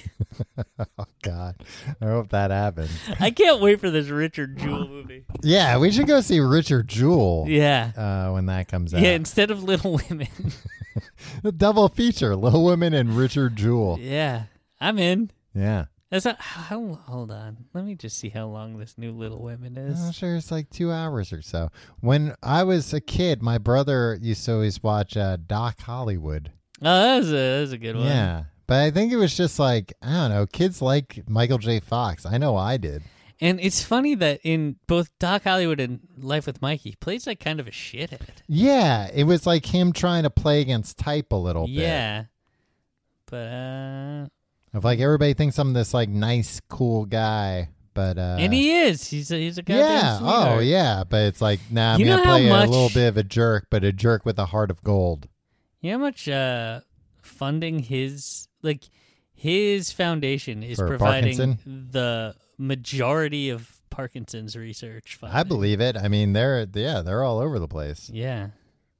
Speaker 2: Oh God, I hope that happens.
Speaker 1: I can't wait for this Richard Jewell movie.
Speaker 2: yeah, we should go see Richard Jewell.
Speaker 1: Yeah.
Speaker 2: Uh, when that comes out,
Speaker 1: Yeah, instead of Little Women.
Speaker 2: the double feature: Little Women and Richard Jewell.
Speaker 1: yeah, I'm in.
Speaker 2: Yeah,
Speaker 1: That's not, how, hold on. Let me just see how long this new Little Women
Speaker 2: I'm
Speaker 1: is.
Speaker 2: sure it's like two hours or so. When I was a kid, my brother used to always watch uh, Doc Hollywood.
Speaker 1: Oh, that was a, that was a good one.
Speaker 2: Yeah, but I think it was just like I don't know. Kids like Michael J. Fox. I know I did.
Speaker 1: And it's funny that in both Doc Hollywood and Life with Mikey, he plays like kind of a shithead.
Speaker 2: Yeah, it was like him trying to play against type a little bit.
Speaker 1: Yeah. But, uh,
Speaker 2: Of like everybody thinks I'm this like nice, cool guy, but uh
Speaker 1: and he is. He's a, he's a goddamn
Speaker 2: Yeah. Oh
Speaker 1: sweetheart.
Speaker 2: yeah. But it's like nah I'm
Speaker 1: You know
Speaker 2: gonna
Speaker 1: how
Speaker 2: play
Speaker 1: much-
Speaker 2: a little bit of a jerk, but a jerk with a heart of gold.
Speaker 1: You know how much uh, funding his like his foundation is
Speaker 2: For
Speaker 1: providing
Speaker 2: Parkinson?
Speaker 1: the majority of Parkinson's research. Funding.
Speaker 2: I believe it. I mean they're yeah, they're all over the place.
Speaker 1: Yeah,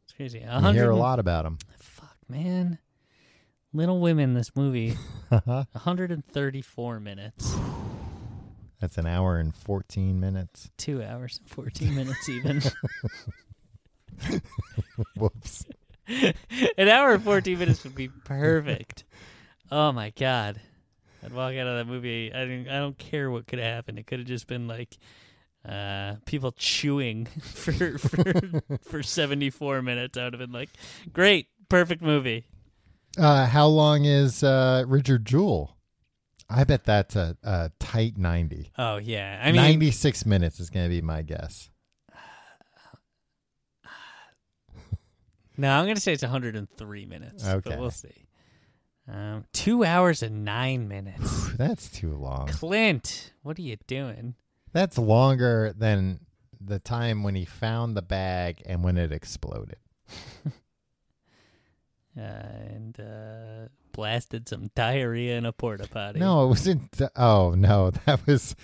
Speaker 1: it's crazy. A
Speaker 2: You hear
Speaker 1: hundred
Speaker 2: a
Speaker 1: and-
Speaker 2: lot about them.
Speaker 1: Fuck, man. Little Women, this movie, 134 minutes,
Speaker 2: That's an hour and fourteen minutes.
Speaker 1: two hours and 14 minutes, even.
Speaker 2: Whoops.
Speaker 1: An hour and 14 minutes would be perfect. Oh my god. I'd walk out of that movie. I didn't, I don't care what could have happened. It could have just been like uh, people chewing for for, for 74 minutes. I would have been like, "Great, perfect movie."
Speaker 2: Uh how long is uh Richard Jewell? I bet that's a, a tight ninety.
Speaker 1: Oh yeah. I mean,
Speaker 2: ninety six minutes is gonna be my guess.
Speaker 1: no, I'm going to say it's 103 minutes.
Speaker 2: Okay.
Speaker 1: But we'll see. Um, 2 hours and 9 minutes.
Speaker 2: Phew, That's too long.
Speaker 1: Clint, what are you doing?
Speaker 2: That's longer than the time when he found the bag and when it exploded.
Speaker 1: uh, and uh, blasted some diarrhea in a porta potty.
Speaker 2: No, it wasn't. Oh no, that was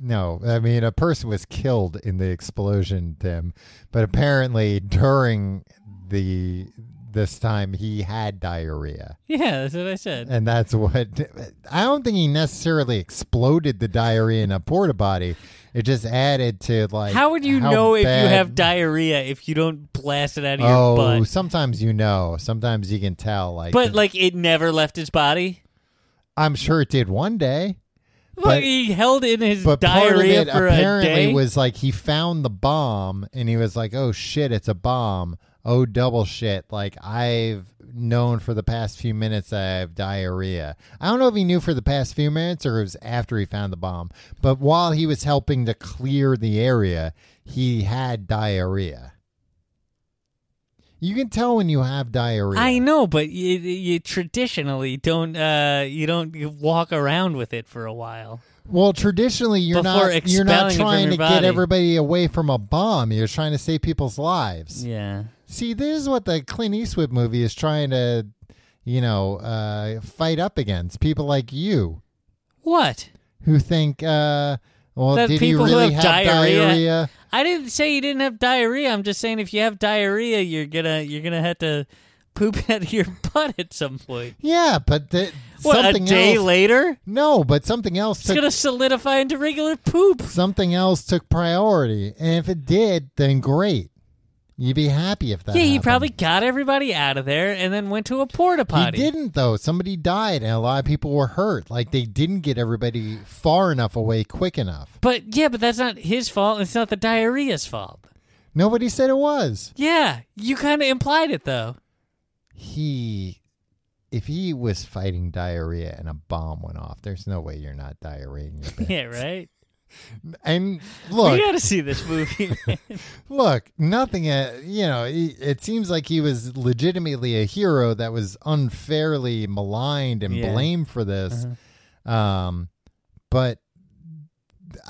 Speaker 2: no. I mean, a person was killed in the explosion, Tim. But apparently, during the this time, he had diarrhea,
Speaker 1: Yeah, that's what I said.
Speaker 2: and that's what. I don't think he necessarily exploded the diarrhea in a porta potty. It just added to like.
Speaker 1: How would you
Speaker 2: how
Speaker 1: know if you
Speaker 2: bad-
Speaker 1: have diarrhea if you don't blast it out of your
Speaker 2: Oh,
Speaker 1: butt?
Speaker 2: sometimes you know. Sometimes you can tell. Like,
Speaker 1: But like it never left his body.
Speaker 2: I'm sure it did one day.
Speaker 1: like he held in his
Speaker 2: But part of
Speaker 1: diarrhea
Speaker 2: it
Speaker 1: for a day.
Speaker 2: apparently was like he found the bomb and he was like, "Oh shit, it's a bomb! Oh double shit! Like I've known for the past few minutes that I have diarrhea." I don't know if he knew for the past few minutes or it was after he found the bomb. But while he was helping to clear the area, he had diarrhea. You can tell when you have diarrhea.
Speaker 1: I know, but you, you traditionally don't uh, you don't walk around with it for a while.
Speaker 2: Well, traditionally, you're
Speaker 1: Before
Speaker 2: not you're not
Speaker 1: expelling it from
Speaker 2: trying
Speaker 1: your
Speaker 2: to get
Speaker 1: body.
Speaker 2: everybody away from a bomb. You're trying to save people's lives.
Speaker 1: Yeah.
Speaker 2: See, this is what the Clint Eastwood movie is trying to, you know, uh, fight up against people like you
Speaker 1: What?
Speaker 2: who think, uh, well,
Speaker 1: That
Speaker 2: did he
Speaker 1: people who
Speaker 2: really
Speaker 1: have
Speaker 2: diarrhea?
Speaker 1: diarrhea- I didn't say you didn't have diarrhea. I'm just saying if you have diarrhea, you're gonna you're gonna have to poop out of your butt at some point.
Speaker 2: Yeah, but the,
Speaker 1: What
Speaker 2: something
Speaker 1: a day
Speaker 2: else.
Speaker 1: later,
Speaker 2: no, but something else
Speaker 1: it's
Speaker 2: took
Speaker 1: gonna solidify into regular poop.
Speaker 2: something else took priority, and if it did, then great. You'd be happy if that.
Speaker 1: yeah, he
Speaker 2: happened.
Speaker 1: probably got everybody out of there and then went to a porta potty.
Speaker 2: He didn't though. Somebody died, and a lot of people were hurt. Like they didn't get everybody far enough away quick enough.
Speaker 1: But yeah, but that's not his fault. It's not the diarrhea's fault.
Speaker 2: Nobody said it was
Speaker 1: Yeah, you kind of implied it though.
Speaker 2: he. If he was fighting diarrhea and a bomb went off, there's no way you're not diarrheaing. Your
Speaker 1: Yeah, right.
Speaker 2: bed. and look,
Speaker 1: We got to see this movie. man.
Speaker 2: look, nothing. uh, You know, he- it seems like he was legitimately a hero that was unfairly maligned and
Speaker 1: Yeah. Uh-huh.
Speaker 2: blamed for this. Um, but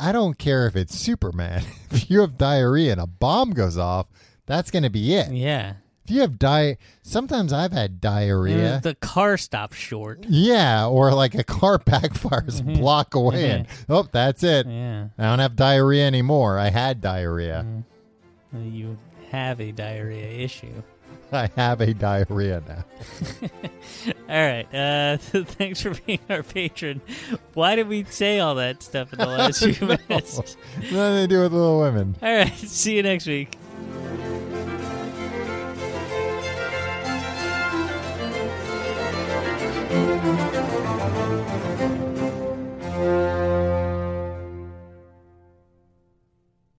Speaker 2: I don't care if it's Superman. if you have diarrhea and a bomb goes off, that's going to be it.
Speaker 1: yeah,
Speaker 2: If you have di, sometimes I've had diarrhea.
Speaker 1: Mm, the car stopped short.
Speaker 2: yeah, or like a car backfires
Speaker 1: Mm-hmm.
Speaker 2: a block away, and oh, that's it.
Speaker 1: Yeah,
Speaker 2: I don't have diarrhea anymore. I had diarrhea.
Speaker 1: Mm. you have a diarrhea issue.
Speaker 2: I have a diarrhea now.
Speaker 1: All right. Uh, thanks for being our patron. Why did we say all that stuff in the last few minutes?
Speaker 2: Nothing to do with Little Women.
Speaker 1: All right. See you next week.